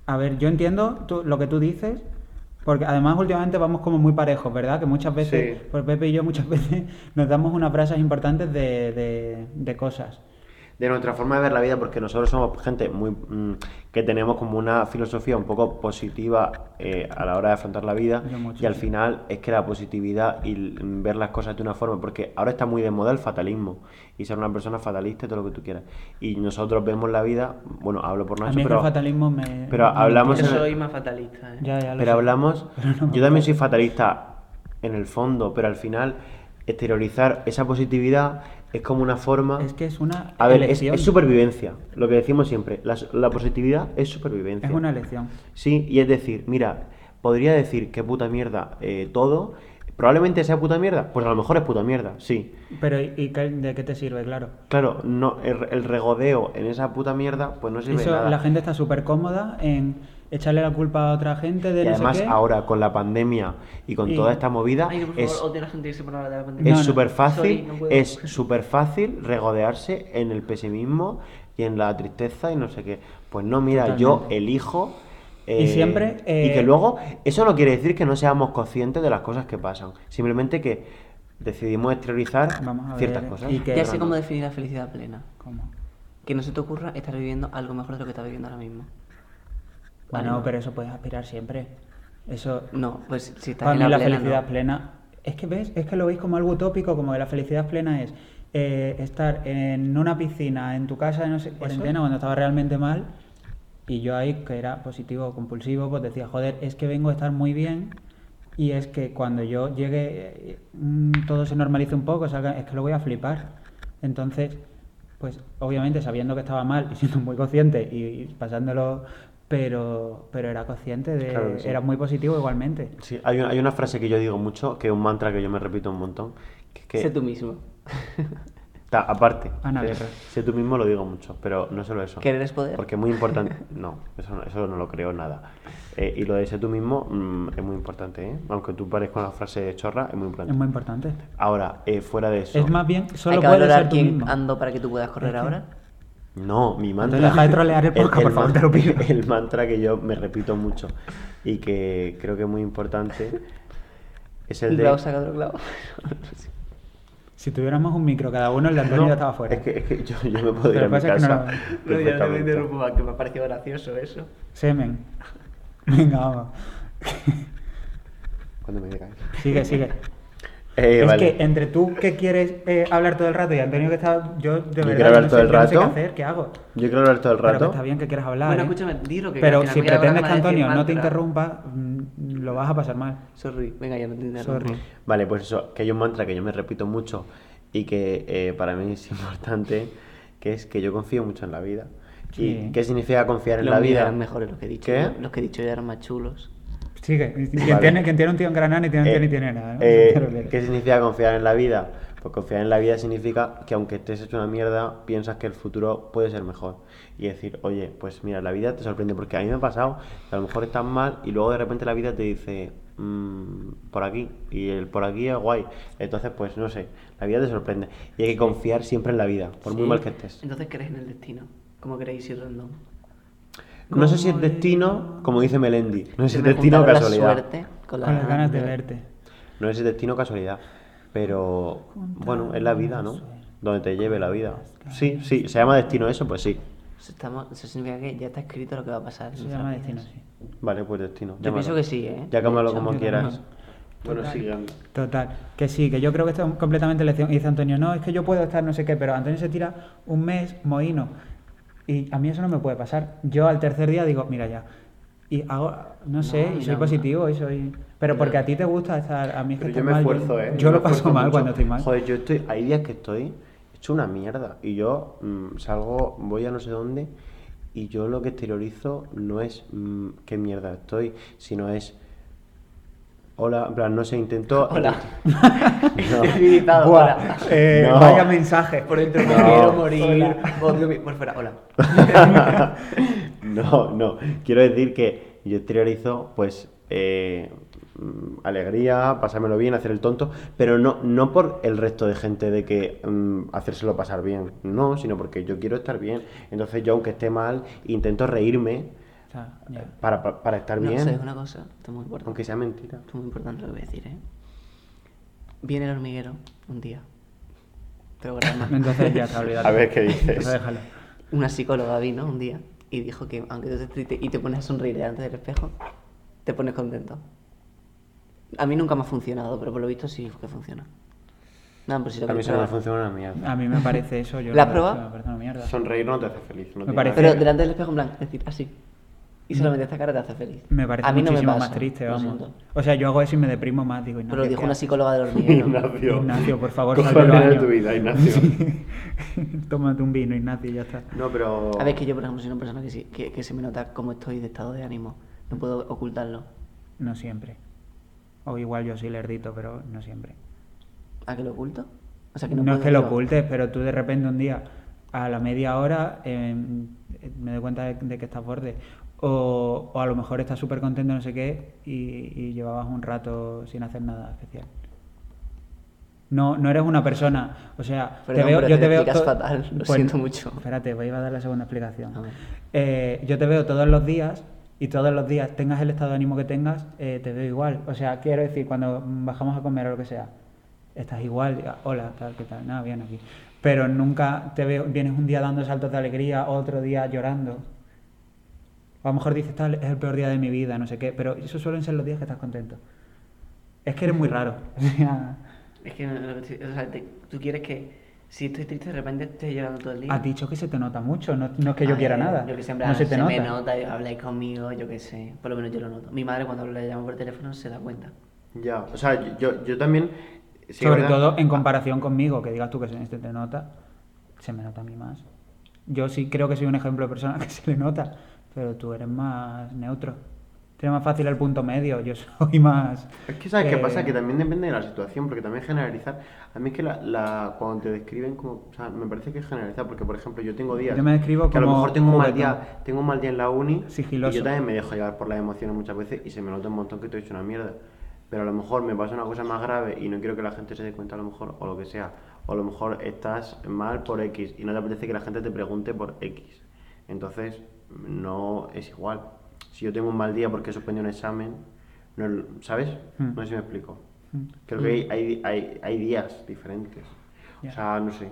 Speaker 2: A ver, yo entiendo tú- lo que tú dices, porque además últimamente vamos como muy parejos, ¿verdad? Que muchas veces,
Speaker 1: Sí.
Speaker 2: pues Pepe y yo muchas veces nos damos unas frases importantes de, de- de cosas.
Speaker 1: De nuestra forma de ver la vida, porque nosotros somos gente muy mm, que tenemos como una filosofía un poco positiva eh, a la hora de afrontar la vida.
Speaker 2: Yo mucho,
Speaker 1: Y al
Speaker 2: sí.
Speaker 1: final es que la positividad y l- ver las cosas de una forma, porque ahora está muy de moda el fatalismo y ser una persona fatalista y todo lo que tú quieras. Y nosotros vemos la vida, bueno, hablo por
Speaker 2: A
Speaker 1: nosotros,
Speaker 2: mí es que el
Speaker 1: pero
Speaker 2: fatalismo me...
Speaker 1: pero
Speaker 2: me
Speaker 1: hablamos
Speaker 3: Yo
Speaker 1: en el-
Speaker 2: entiende.
Speaker 3: soy más fatalista. ¿eh?
Speaker 2: Ya, ya lo
Speaker 1: Pero
Speaker 2: sé.
Speaker 1: hablamos.
Speaker 2: Pero no me
Speaker 1: yo también soy fatalista en el fondo, pero al final exteriorizar esa positividad es como una forma...
Speaker 2: Es que es una
Speaker 1: A ver, es,
Speaker 2: elección.
Speaker 1: es supervivencia, lo que decimos siempre, la, la positividad es supervivencia.
Speaker 2: Es una elección.
Speaker 1: Sí, y es decir, mira, podría decir que puta mierda eh, todo, probablemente sea puta mierda, pues a lo mejor es puta mierda, sí.
Speaker 2: Pero ¿y y qué- de qué te sirve? Claro.
Speaker 1: Claro, no, el, el regodeo en esa puta mierda, pues no sirve de
Speaker 2: Eso,
Speaker 1: nada.
Speaker 2: la gente está súper cómoda en echarle la culpa a otra gente de
Speaker 1: y
Speaker 2: no sé
Speaker 1: además
Speaker 2: qué.
Speaker 1: ahora con la pandemia y con
Speaker 2: Y-
Speaker 1: toda esta movida
Speaker 3: Ay, por favor,
Speaker 1: es
Speaker 3: odio a la gente que se pone a hablar de la pandemia.
Speaker 1: es
Speaker 2: no.
Speaker 1: súper
Speaker 3: Sorry,
Speaker 1: fácil,
Speaker 3: no puedo.
Speaker 1: es súper fácil regodearse en el pesimismo y en la tristeza y no sé qué. Pues no, mira, yo
Speaker 2: Totalmente.
Speaker 1: elijo.
Speaker 2: Y siempre,
Speaker 1: y
Speaker 2: eh,
Speaker 1: que luego, eso no quiere decir que no seamos conscientes de las cosas que pasan. Simplemente que decidimos exteriorizar
Speaker 2: Vamos a
Speaker 1: ciertas
Speaker 2: ver,
Speaker 1: cosas.
Speaker 2: y que-
Speaker 3: Ya sé cómo definir la felicidad plena.
Speaker 2: ¿Cómo?
Speaker 3: Que no se te ocurra estar viviendo algo mejor de lo que estás viviendo ahora mismo.
Speaker 2: Bueno,
Speaker 3: Vale.
Speaker 2: pero eso puedes aspirar siempre. Eso,
Speaker 3: No, pues si estás
Speaker 2: para
Speaker 3: en
Speaker 2: mí
Speaker 3: la,
Speaker 2: la,
Speaker 3: plena,
Speaker 2: felicidad
Speaker 3: no.
Speaker 2: plena... Es que, ¿ves? Es que lo veis como algo utópico, como que la felicidad plena es eh, estar en una piscina, en tu casa, en no sé, cuarentena, cuando estaba realmente mal, y yo ahí, que era positivo o compulsivo, pues decía, joder, es que vengo a estar muy bien, y es que cuando yo llegue, eh, mm, todo se normalice un poco, salga- es que lo voy a flipar. Entonces, pues obviamente sabiendo que estaba mal y siendo muy consciente y, y pasándolo, pero, pero era consciente de,
Speaker 1: Claro que sí.
Speaker 2: era muy positivo igualmente.
Speaker 1: Sí, hay, una, hay una frase que yo digo mucho, que es un mantra que yo me repito un montón. Que, es que-
Speaker 3: Sé tú mismo.
Speaker 1: Ta- aparte,
Speaker 2: Ana
Speaker 1: sé,
Speaker 2: Guerra.
Speaker 1: sé tú mismo lo digo mucho, pero no solo eso.
Speaker 3: ¿Querer es poder?
Speaker 1: Porque es muy importante. No, eso no, eso no lo creo nada. Eh, y lo de ser tú mismo mm, es muy importante, ¿eh? Aunque tú parezca una frase de chorra, es muy importante.
Speaker 2: Es muy importante.
Speaker 1: Ahora, eh, fuera de eso.
Speaker 2: Es más bien,
Speaker 3: Hay
Speaker 2: solo
Speaker 3: que
Speaker 2: puedes
Speaker 3: valorar
Speaker 2: ser tú
Speaker 3: quién
Speaker 2: mismo.
Speaker 3: ando para que tú puedas correr ahora.
Speaker 1: No, mi mantra.
Speaker 2: Entonces deja de trolear el podcast, por favor, te lo pido.
Speaker 1: El mantra que yo me repito mucho y que creo que es muy importante es el
Speaker 3: El
Speaker 1: de.
Speaker 3: clavo saca otro clavo.
Speaker 2: Si tuviéramos un micro cada uno, el de Antonio
Speaker 1: No,
Speaker 2: ya estaba fuera.
Speaker 1: Es que, es que yo, yo me puedo ir
Speaker 2: Pero
Speaker 1: a mi
Speaker 2: pasa que
Speaker 1: casa.
Speaker 2: no-
Speaker 3: no, ya no me
Speaker 1: perfectamente.
Speaker 3: interrumpo más, que me ha parecido gracioso eso.
Speaker 2: Semen. Venga, vamos.
Speaker 1: Cuando me digáis.
Speaker 2: Sigue, sigue.
Speaker 1: Eh,
Speaker 2: es
Speaker 1: vale.
Speaker 2: que entre tú que quieres eh, hablar todo el rato y Antonio que está. Yo de
Speaker 1: Yo
Speaker 2: verdad
Speaker 1: quiero hablar
Speaker 2: no,
Speaker 1: todo
Speaker 2: sé,
Speaker 1: el
Speaker 2: yo no sé qué
Speaker 1: rato.
Speaker 2: hacer, ¿qué hago?
Speaker 1: Yo quiero hablar todo el
Speaker 2: Pero que
Speaker 1: rato.
Speaker 2: está bien que quieras hablar.
Speaker 3: Bueno,
Speaker 2: ¿eh?
Speaker 3: escúchame, di lo que
Speaker 2: Pero
Speaker 3: al final
Speaker 2: si
Speaker 3: mira, ahora
Speaker 2: pretendes
Speaker 3: me
Speaker 2: que
Speaker 3: va a decir
Speaker 2: Antonio no te
Speaker 3: mantra.
Speaker 2: interrumpa, mm, lo vas a pasar mal.
Speaker 3: Sorry, venga, ya no te interrumpo.
Speaker 2: Sorry.
Speaker 1: Vale, pues eso, que hay un mantra que yo me repito mucho y que eh, para mí es importante, que es que yo confío mucho en la vida.
Speaker 2: Sí.
Speaker 1: ¿Y qué significa confiar en
Speaker 3: Los
Speaker 1: la
Speaker 3: míos
Speaker 1: vida?
Speaker 3: eran mejores los que he dicho.
Speaker 1: ¿Qué?
Speaker 3: Los que he dicho ya eran más chulos.
Speaker 2: Sigue. Quien,
Speaker 1: Vale.
Speaker 2: tiene, quien tiene un tío en Granada ni tiene,
Speaker 1: Eh,
Speaker 2: ni tiene nada. ¿no?
Speaker 1: eh,
Speaker 2: Pero, pero-
Speaker 1: ¿Qué significa confiar en la vida? Pues confiar en la vida significa que aunque estés hecho una mierda, piensas que el futuro puede ser mejor. Y decir, oye, pues mira, la vida te sorprende, porque a mí me ha pasado que a lo mejor estás mal y luego de repente la vida te dice, "Mm, por aquí, y el por aquí es guay. Entonces, pues no sé, la vida te sorprende. Y hay que confiar siempre en la vida, por muy
Speaker 3: Sí.
Speaker 1: mal que estés.
Speaker 3: Entonces crees en el destino, como creéis ir random.
Speaker 1: No sé si es
Speaker 2: Como
Speaker 1: destino, como dice Melendi, no sé si
Speaker 3: Se
Speaker 1: es
Speaker 3: me
Speaker 1: destino o
Speaker 3: juntaron la
Speaker 1: casualidad.
Speaker 3: suerte
Speaker 2: Con las ganas de verte.
Speaker 1: No es destino o casualidad, pero bueno, es la vida, ¿no? Donde te lleve la vida. Sí, sí, se llama destino eso, pues sí.
Speaker 3: Eso, estamos- eso significa que ya está escrito lo que va a pasar. en
Speaker 2: Eso se
Speaker 3: nuestras
Speaker 2: llama
Speaker 3: vidas.
Speaker 2: destino, sí.
Speaker 1: Vale, pues destino.
Speaker 3: Yo pienso que sí, ¿eh?
Speaker 1: Ya cámalo
Speaker 3: De hecho,
Speaker 1: como
Speaker 2: yo
Speaker 1: quieras.
Speaker 2: también.
Speaker 1: Bueno,
Speaker 2: Total.
Speaker 1: sigue. anda.
Speaker 2: Total, que sí, que yo creo que esto es completamente lección. Y dice Antonio, no, es que yo puedo estar no sé qué, pero Antonio se tira un mes mohino. Y a mí eso no me puede pasar. Yo al tercer día digo, mira ya. Y hago, no sé,
Speaker 3: No,
Speaker 2: y soy
Speaker 3: mira,
Speaker 2: positivo y soy. Pero
Speaker 3: Pero-
Speaker 2: porque a ti te gusta estar. A mí es que
Speaker 1: Pero
Speaker 2: estar
Speaker 1: yo me
Speaker 2: mal,
Speaker 1: esfuerzo, ¿eh?
Speaker 2: Yo,
Speaker 1: me
Speaker 2: lo paso
Speaker 1: esfuerzo
Speaker 2: mal
Speaker 1: mucho.
Speaker 2: cuando estoy mal.
Speaker 1: Joder, yo estoy. Hay días que estoy hecho una mierda. Y yo mm, salgo, voy a no sé dónde. Y yo lo que exteriorizo no es mm, qué mierda estoy, sino es. Hola, en plan, no se intentó.
Speaker 3: Hola.
Speaker 1: No.
Speaker 3: Civilizado,
Speaker 2: Buah,
Speaker 3: hola.
Speaker 2: eh,
Speaker 1: No.
Speaker 2: Vaya mensaje.
Speaker 3: Por dentro me
Speaker 1: No.
Speaker 3: quiero morir. odio mi- Por fuera, hola.
Speaker 1: no, no. Quiero decir que yo exteriorizo, pues, eh, mm, alegría, pasármelo bien, hacer el tonto, pero no, no por el resto de gente de que mm, hacérselo pasar bien, no, sino porque yo quiero estar bien. Entonces yo, aunque esté mal, intento reírme
Speaker 2: O sea, ya.
Speaker 1: para, para- para estar
Speaker 3: No,
Speaker 1: bien,
Speaker 3: ¿sabes una cosa? Esto es muy importante.
Speaker 1: aunque sea mentira.
Speaker 3: Esto es muy importante lo que voy a decir, ¿eh? Viene el hormiguero un día. Programa.
Speaker 2: Entonces ya está olvidado.
Speaker 1: A ver qué
Speaker 2: Entonces
Speaker 1: dices.
Speaker 2: déjalo.
Speaker 3: Una psicóloga vino un día y dijo que aunque tú estés triste y te pones a sonreír delante del espejo, te pones contento. A mí nunca me ha funcionado, pero por lo visto sí que funciona. No, pero si lo
Speaker 1: A mí
Speaker 3: queréis
Speaker 1: eso no me
Speaker 3: probar.
Speaker 1: funciona una mierda.
Speaker 2: A mí me parece eso. Yo
Speaker 3: ¿La
Speaker 2: lo-
Speaker 3: prueba?
Speaker 2: Me parece una mierda.
Speaker 1: Sonreír no te hace feliz. no
Speaker 2: Me
Speaker 1: tiene
Speaker 2: parece-
Speaker 1: nada
Speaker 3: Pero delante del espejo, en plan, decir así. Y solamente esta cara te hace feliz.
Speaker 2: Me parece
Speaker 3: a mí no me
Speaker 2: muchísimo
Speaker 3: pasa,
Speaker 2: más triste,
Speaker 3: lo
Speaker 2: vamos.
Speaker 3: siento.
Speaker 2: O sea, yo hago eso y me deprimo más, digo,
Speaker 3: Pero lo
Speaker 2: Ignacio,
Speaker 3: dijo
Speaker 2: ¿qué
Speaker 3: una
Speaker 2: haces?
Speaker 3: psicóloga del hormiguero.
Speaker 1: Ignacio.
Speaker 2: Ignacio, por favor,
Speaker 1: Coge
Speaker 2: salte
Speaker 1: el
Speaker 2: del
Speaker 1: veneno de
Speaker 2: baño.
Speaker 1: tu vida, Ignacio.
Speaker 2: Tómate un vino, Ignacio, y ya está.
Speaker 1: No, pero.
Speaker 3: A ver, que yo, por ejemplo, soy una persona que, sí- que, que se me nota cómo estoy de estado de ánimo. No puedo ocultarlo.
Speaker 2: No siempre. O igual yo soy lerdito, pero no siempre.
Speaker 3: ¿A qué lo oculto? O sea, que
Speaker 2: no
Speaker 3: no,
Speaker 2: es
Speaker 3: puedo
Speaker 2: que lo
Speaker 3: yo-
Speaker 2: ocultes, pero tú de repente un día, a la media hora, eh, me doy cuenta de, de que estás borde. O, o a lo mejor estás súper contento, no sé qué, y, y llevabas un rato sin hacer nada especial. No, no eres una persona. O sea,
Speaker 3: Perdón,
Speaker 2: te veo,
Speaker 3: pero
Speaker 2: yo
Speaker 3: te
Speaker 2: te veo.
Speaker 3: explicas
Speaker 2: to-
Speaker 3: fatal, lo siento mucho.
Speaker 2: Espérate, voy a dar la segunda explicación.
Speaker 3: A ver.
Speaker 2: Eh, yo te veo todos los días y todos los días, tengas el estado de ánimo que tengas, eh, te veo igual. O sea, quiero decir, cuando bajamos a comer o lo que sea, estás igual, ya, hola, tal, qué tal, nada, bien aquí. Pero nunca te veo, vienes un día dando saltos de alegría, otro día llorando. O a lo mejor dices, tal, es el peor día de mi vida, no sé qué, pero esos suelen ser los días que estás contento. Es que eres muy raro. O sea,
Speaker 3: Es que, no- no- o sea, te- tú quieres que si estoy triste de repente esté llorando todo el día.
Speaker 2: has dicho que se te nota mucho, no, no es que yo
Speaker 3: Ah,
Speaker 2: quiera
Speaker 3: ya, ya.
Speaker 2: nada.
Speaker 3: Yo que siempre
Speaker 2: no se te nota.
Speaker 3: me nota, yo, habláis conmigo, yo qué sé. Por lo menos yo lo noto. Mi madre cuando le llamo por teléfono se da cuenta.
Speaker 1: Ya, o sea, yo, yo también. sí,
Speaker 2: Sobre
Speaker 1: ¿verdad? Ah.
Speaker 2: todo en comparación conmigo, que digas tú que se este te nota, se me nota a mí más. Yo sí creo que soy un ejemplo de persona que se le nota, pero tú eres más neutro. Tienes más fácil el punto medio, yo soy más...
Speaker 1: Es que sabes qué
Speaker 2: eh,
Speaker 1: pasa, que también depende de la situación, porque también generalizar. A mí es que la, la- cuando te describen como. O sea, me parece que es generalizar, porque por ejemplo, yo tengo días.
Speaker 2: Yo me describo
Speaker 1: que a lo
Speaker 2: como
Speaker 1: mejor tengo un, mal
Speaker 2: juguetón.
Speaker 1: día, tengo un mal día en la uni.
Speaker 2: Sigiloso.
Speaker 1: Y yo también me dejo llevar por las emociones muchas veces y se me nota un montón que estoy hecho una mierda. Pero a lo mejor me pasa una cosa más grave y no quiero que la gente se dé cuenta, a lo mejor, o lo que sea. O a lo mejor estás mal por X y no te apetece que la gente te pregunte por X. Entonces, no es igual. Si yo tengo un mal día porque he suspendido un examen, no es lo- ¿sabes?
Speaker 2: Hmm.
Speaker 1: No sé si me explico.
Speaker 2: Mm.
Speaker 1: Creo que hay, hay, hay- hay días diferentes.
Speaker 2: Ya.
Speaker 1: O sea, no sé.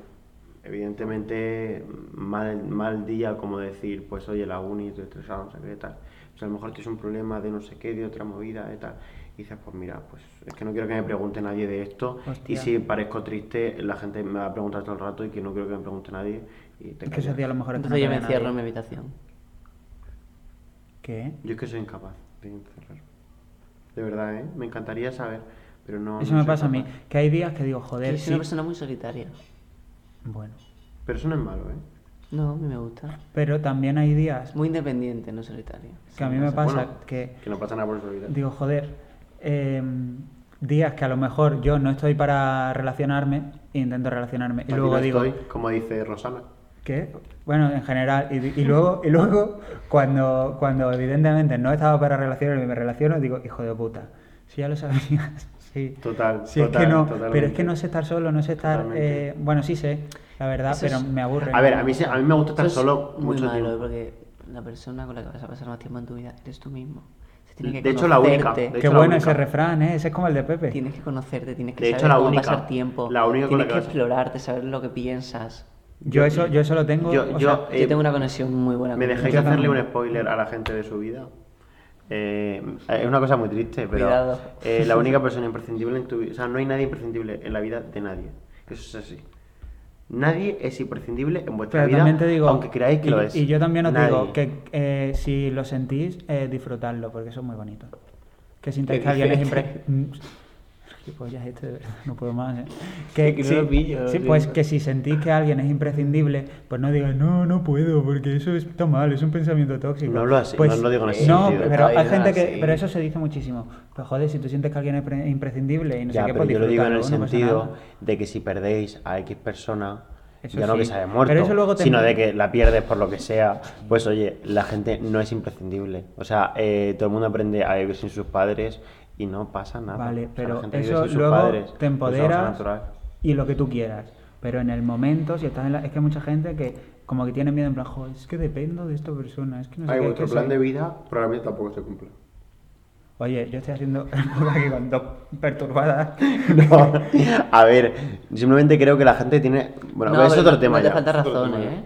Speaker 1: Evidentemente, mal, mal día como decir, pues oye, la uni, estoy estresado, no sé qué, tal. O sea, a lo mejor tienes un problema de no sé qué, de otra movida, de tal. Y dices, pues mira, pues es que no quiero que me pregunte nadie de esto. Y
Speaker 2: Hostia.
Speaker 1: si parezco triste, la gente me va a preguntar todo el rato y que no quiero que me pregunte nadie. Y te
Speaker 2: Es que esos
Speaker 1: callas.
Speaker 2: días a lo mejor es que
Speaker 3: Entonces
Speaker 2: no
Speaker 3: yo
Speaker 2: te
Speaker 3: me
Speaker 2: ve nadie.
Speaker 3: encierro en mi habitación.
Speaker 2: ¿Qué?
Speaker 1: Yo es que soy incapaz de encerrar. De verdad, ¿eh? Me encantaría saber, pero no.
Speaker 2: Eso
Speaker 1: no
Speaker 2: me
Speaker 1: soy
Speaker 2: pasa a mí.
Speaker 1: capaz.
Speaker 2: Que hay días que digo, joder,
Speaker 3: Yo soy una
Speaker 2: sí.
Speaker 3: persona muy solitaria.
Speaker 2: Bueno.
Speaker 1: Pero eso no es malo, ¿eh?
Speaker 3: No, a mí me gusta.
Speaker 2: Pero también hay días
Speaker 3: Muy independiente, no solitario.
Speaker 2: que a mí me pasa
Speaker 1: Bueno,
Speaker 2: que...
Speaker 1: Que no pasa nada por su vida.
Speaker 2: Digo, joder, eh, días que a lo mejor yo no estoy para relacionarme e intento relacionarme. Y
Speaker 1: Aquí
Speaker 2: luego
Speaker 1: no
Speaker 2: digo,
Speaker 1: estoy, como dice Rosana.
Speaker 2: ¿qué? Bueno, en general. Y, di- y luego, y luego cuando, cuando evidentemente no estaba para relacionarme y me relaciono, digo, hijo de puta, si ya lo sabías. Sí,
Speaker 1: Total,
Speaker 2: Sí, es
Speaker 1: total,
Speaker 2: que no, pero es
Speaker 1: totalmente.
Speaker 2: que no sé estar solo, no sé estar...
Speaker 1: Totalmente.
Speaker 2: eh, bueno, sí sé, la verdad,
Speaker 3: Eso
Speaker 2: pero
Speaker 3: es-
Speaker 2: me aburre.
Speaker 1: A ver, a mí, se- a mí me gusta estar
Speaker 3: Eso es
Speaker 1: solo
Speaker 3: muy
Speaker 1: mucho
Speaker 3: malo,
Speaker 1: tiempo.
Speaker 3: porque la persona con la que vas a pasar más tiempo en tu vida eres tú mismo. Se tiene que
Speaker 1: De hecho, la única.
Speaker 3: conocerte.
Speaker 1: De
Speaker 2: Qué
Speaker 1: hecho, la
Speaker 2: bueno
Speaker 1: única.
Speaker 2: ese refrán, ¿eh? Ese es como el de Pepe.
Speaker 3: Tienes que conocerte, tienes que
Speaker 1: De
Speaker 3: saber
Speaker 1: hecho, la
Speaker 3: cómo
Speaker 1: única-
Speaker 3: pasar tiempo.
Speaker 1: la única con la que
Speaker 3: tienes que
Speaker 1: vas a-
Speaker 3: explorarte, saber lo que piensas.
Speaker 2: Yo eso, yo eso lo tengo...
Speaker 1: yo-
Speaker 2: o
Speaker 1: yo-
Speaker 2: sea,
Speaker 1: Eh,
Speaker 3: Yo tengo una conexión muy buena
Speaker 1: ¿Me
Speaker 3: con-
Speaker 1: dejáis
Speaker 2: yo
Speaker 1: hacerle
Speaker 2: también.
Speaker 1: un spoiler a la gente de su vida? Eh, es una cosa muy triste, pero
Speaker 3: Cuidado.
Speaker 1: eh, la única persona imprescindible en tu vida, o sea, no hay nadie imprescindible en la vida de nadie. Eso es así. Nadie es imprescindible en vuestra
Speaker 2: Pero
Speaker 1: vida,
Speaker 2: también te digo,
Speaker 1: aunque creáis que
Speaker 2: y,
Speaker 1: lo es.
Speaker 2: y yo también os digo
Speaker 1: Nadie.
Speaker 2: que eh, si lo sentís, eh, disfrutadlo, porque eso es muy bonito. Que sintáis
Speaker 3: ¿Qué
Speaker 2: que alguien es
Speaker 3: dices?
Speaker 2: impre... Mm, Qué polla es este, de verdad, no puedo más. ¿eh?
Speaker 3: Es que no lo pillo, lo
Speaker 2: sí, pues
Speaker 3: siento.
Speaker 2: que si sentís que alguien es imprescindible, pues no digas, no, no puedo, porque eso está mal, es un pensamiento tóxico.
Speaker 1: No hablo así,
Speaker 2: Pues,
Speaker 1: no lo digo en ese
Speaker 2: No,
Speaker 1: sentido.
Speaker 2: pero hay
Speaker 3: Estaba
Speaker 2: gente
Speaker 3: diciendo
Speaker 2: que.
Speaker 3: así.
Speaker 2: Pero eso se dice muchísimo. Pues joder, si tú sientes que alguien es pre- imprescindible y no
Speaker 1: Ya,
Speaker 2: sé qué,
Speaker 1: pero
Speaker 2: pues
Speaker 1: yo lo digo en el
Speaker 2: disfrutadlo, no pasa
Speaker 1: sentido
Speaker 2: nada.
Speaker 1: de que si perdéis a X persona,
Speaker 2: Eso
Speaker 1: ya no
Speaker 2: sí.
Speaker 1: que se haya muerto,
Speaker 2: Pero eso luego te-
Speaker 1: sino de que la pierdes por lo que sea, pues oye, la gente no es imprescindible. O sea, eh, todo el mundo aprende a vivir sin sus padres y no pasa nada. O
Speaker 2: Vale,
Speaker 1: sea, la
Speaker 2: pero
Speaker 1: gente vive
Speaker 2: eso
Speaker 1: sin sus
Speaker 2: luego
Speaker 1: padres,
Speaker 2: te
Speaker 1: es una cosa
Speaker 2: empoderas
Speaker 1: natural.
Speaker 2: y lo que tú quieras. Pero en el momento, si estás en la... Es que hay mucha gente que como que tiene miedo en plan, "Jo, es que dependo de esta persona, es que no sé
Speaker 1: Ay,
Speaker 2: qué, es
Speaker 1: vuestro
Speaker 2: que
Speaker 1: plan
Speaker 2: soy".
Speaker 1: de vida probablemente tampoco se cumple.
Speaker 2: Oye, yo estoy haciendo aquí con dos perturbadas.
Speaker 1: No, a ver, simplemente creo que la gente tiene. Bueno,
Speaker 3: No,
Speaker 1: pero es
Speaker 3: pero
Speaker 1: otro
Speaker 3: no-
Speaker 1: tema
Speaker 3: no te
Speaker 1: ya.
Speaker 3: falta
Speaker 1: es otro
Speaker 3: razón,
Speaker 1: tema ya.
Speaker 3: ¿eh?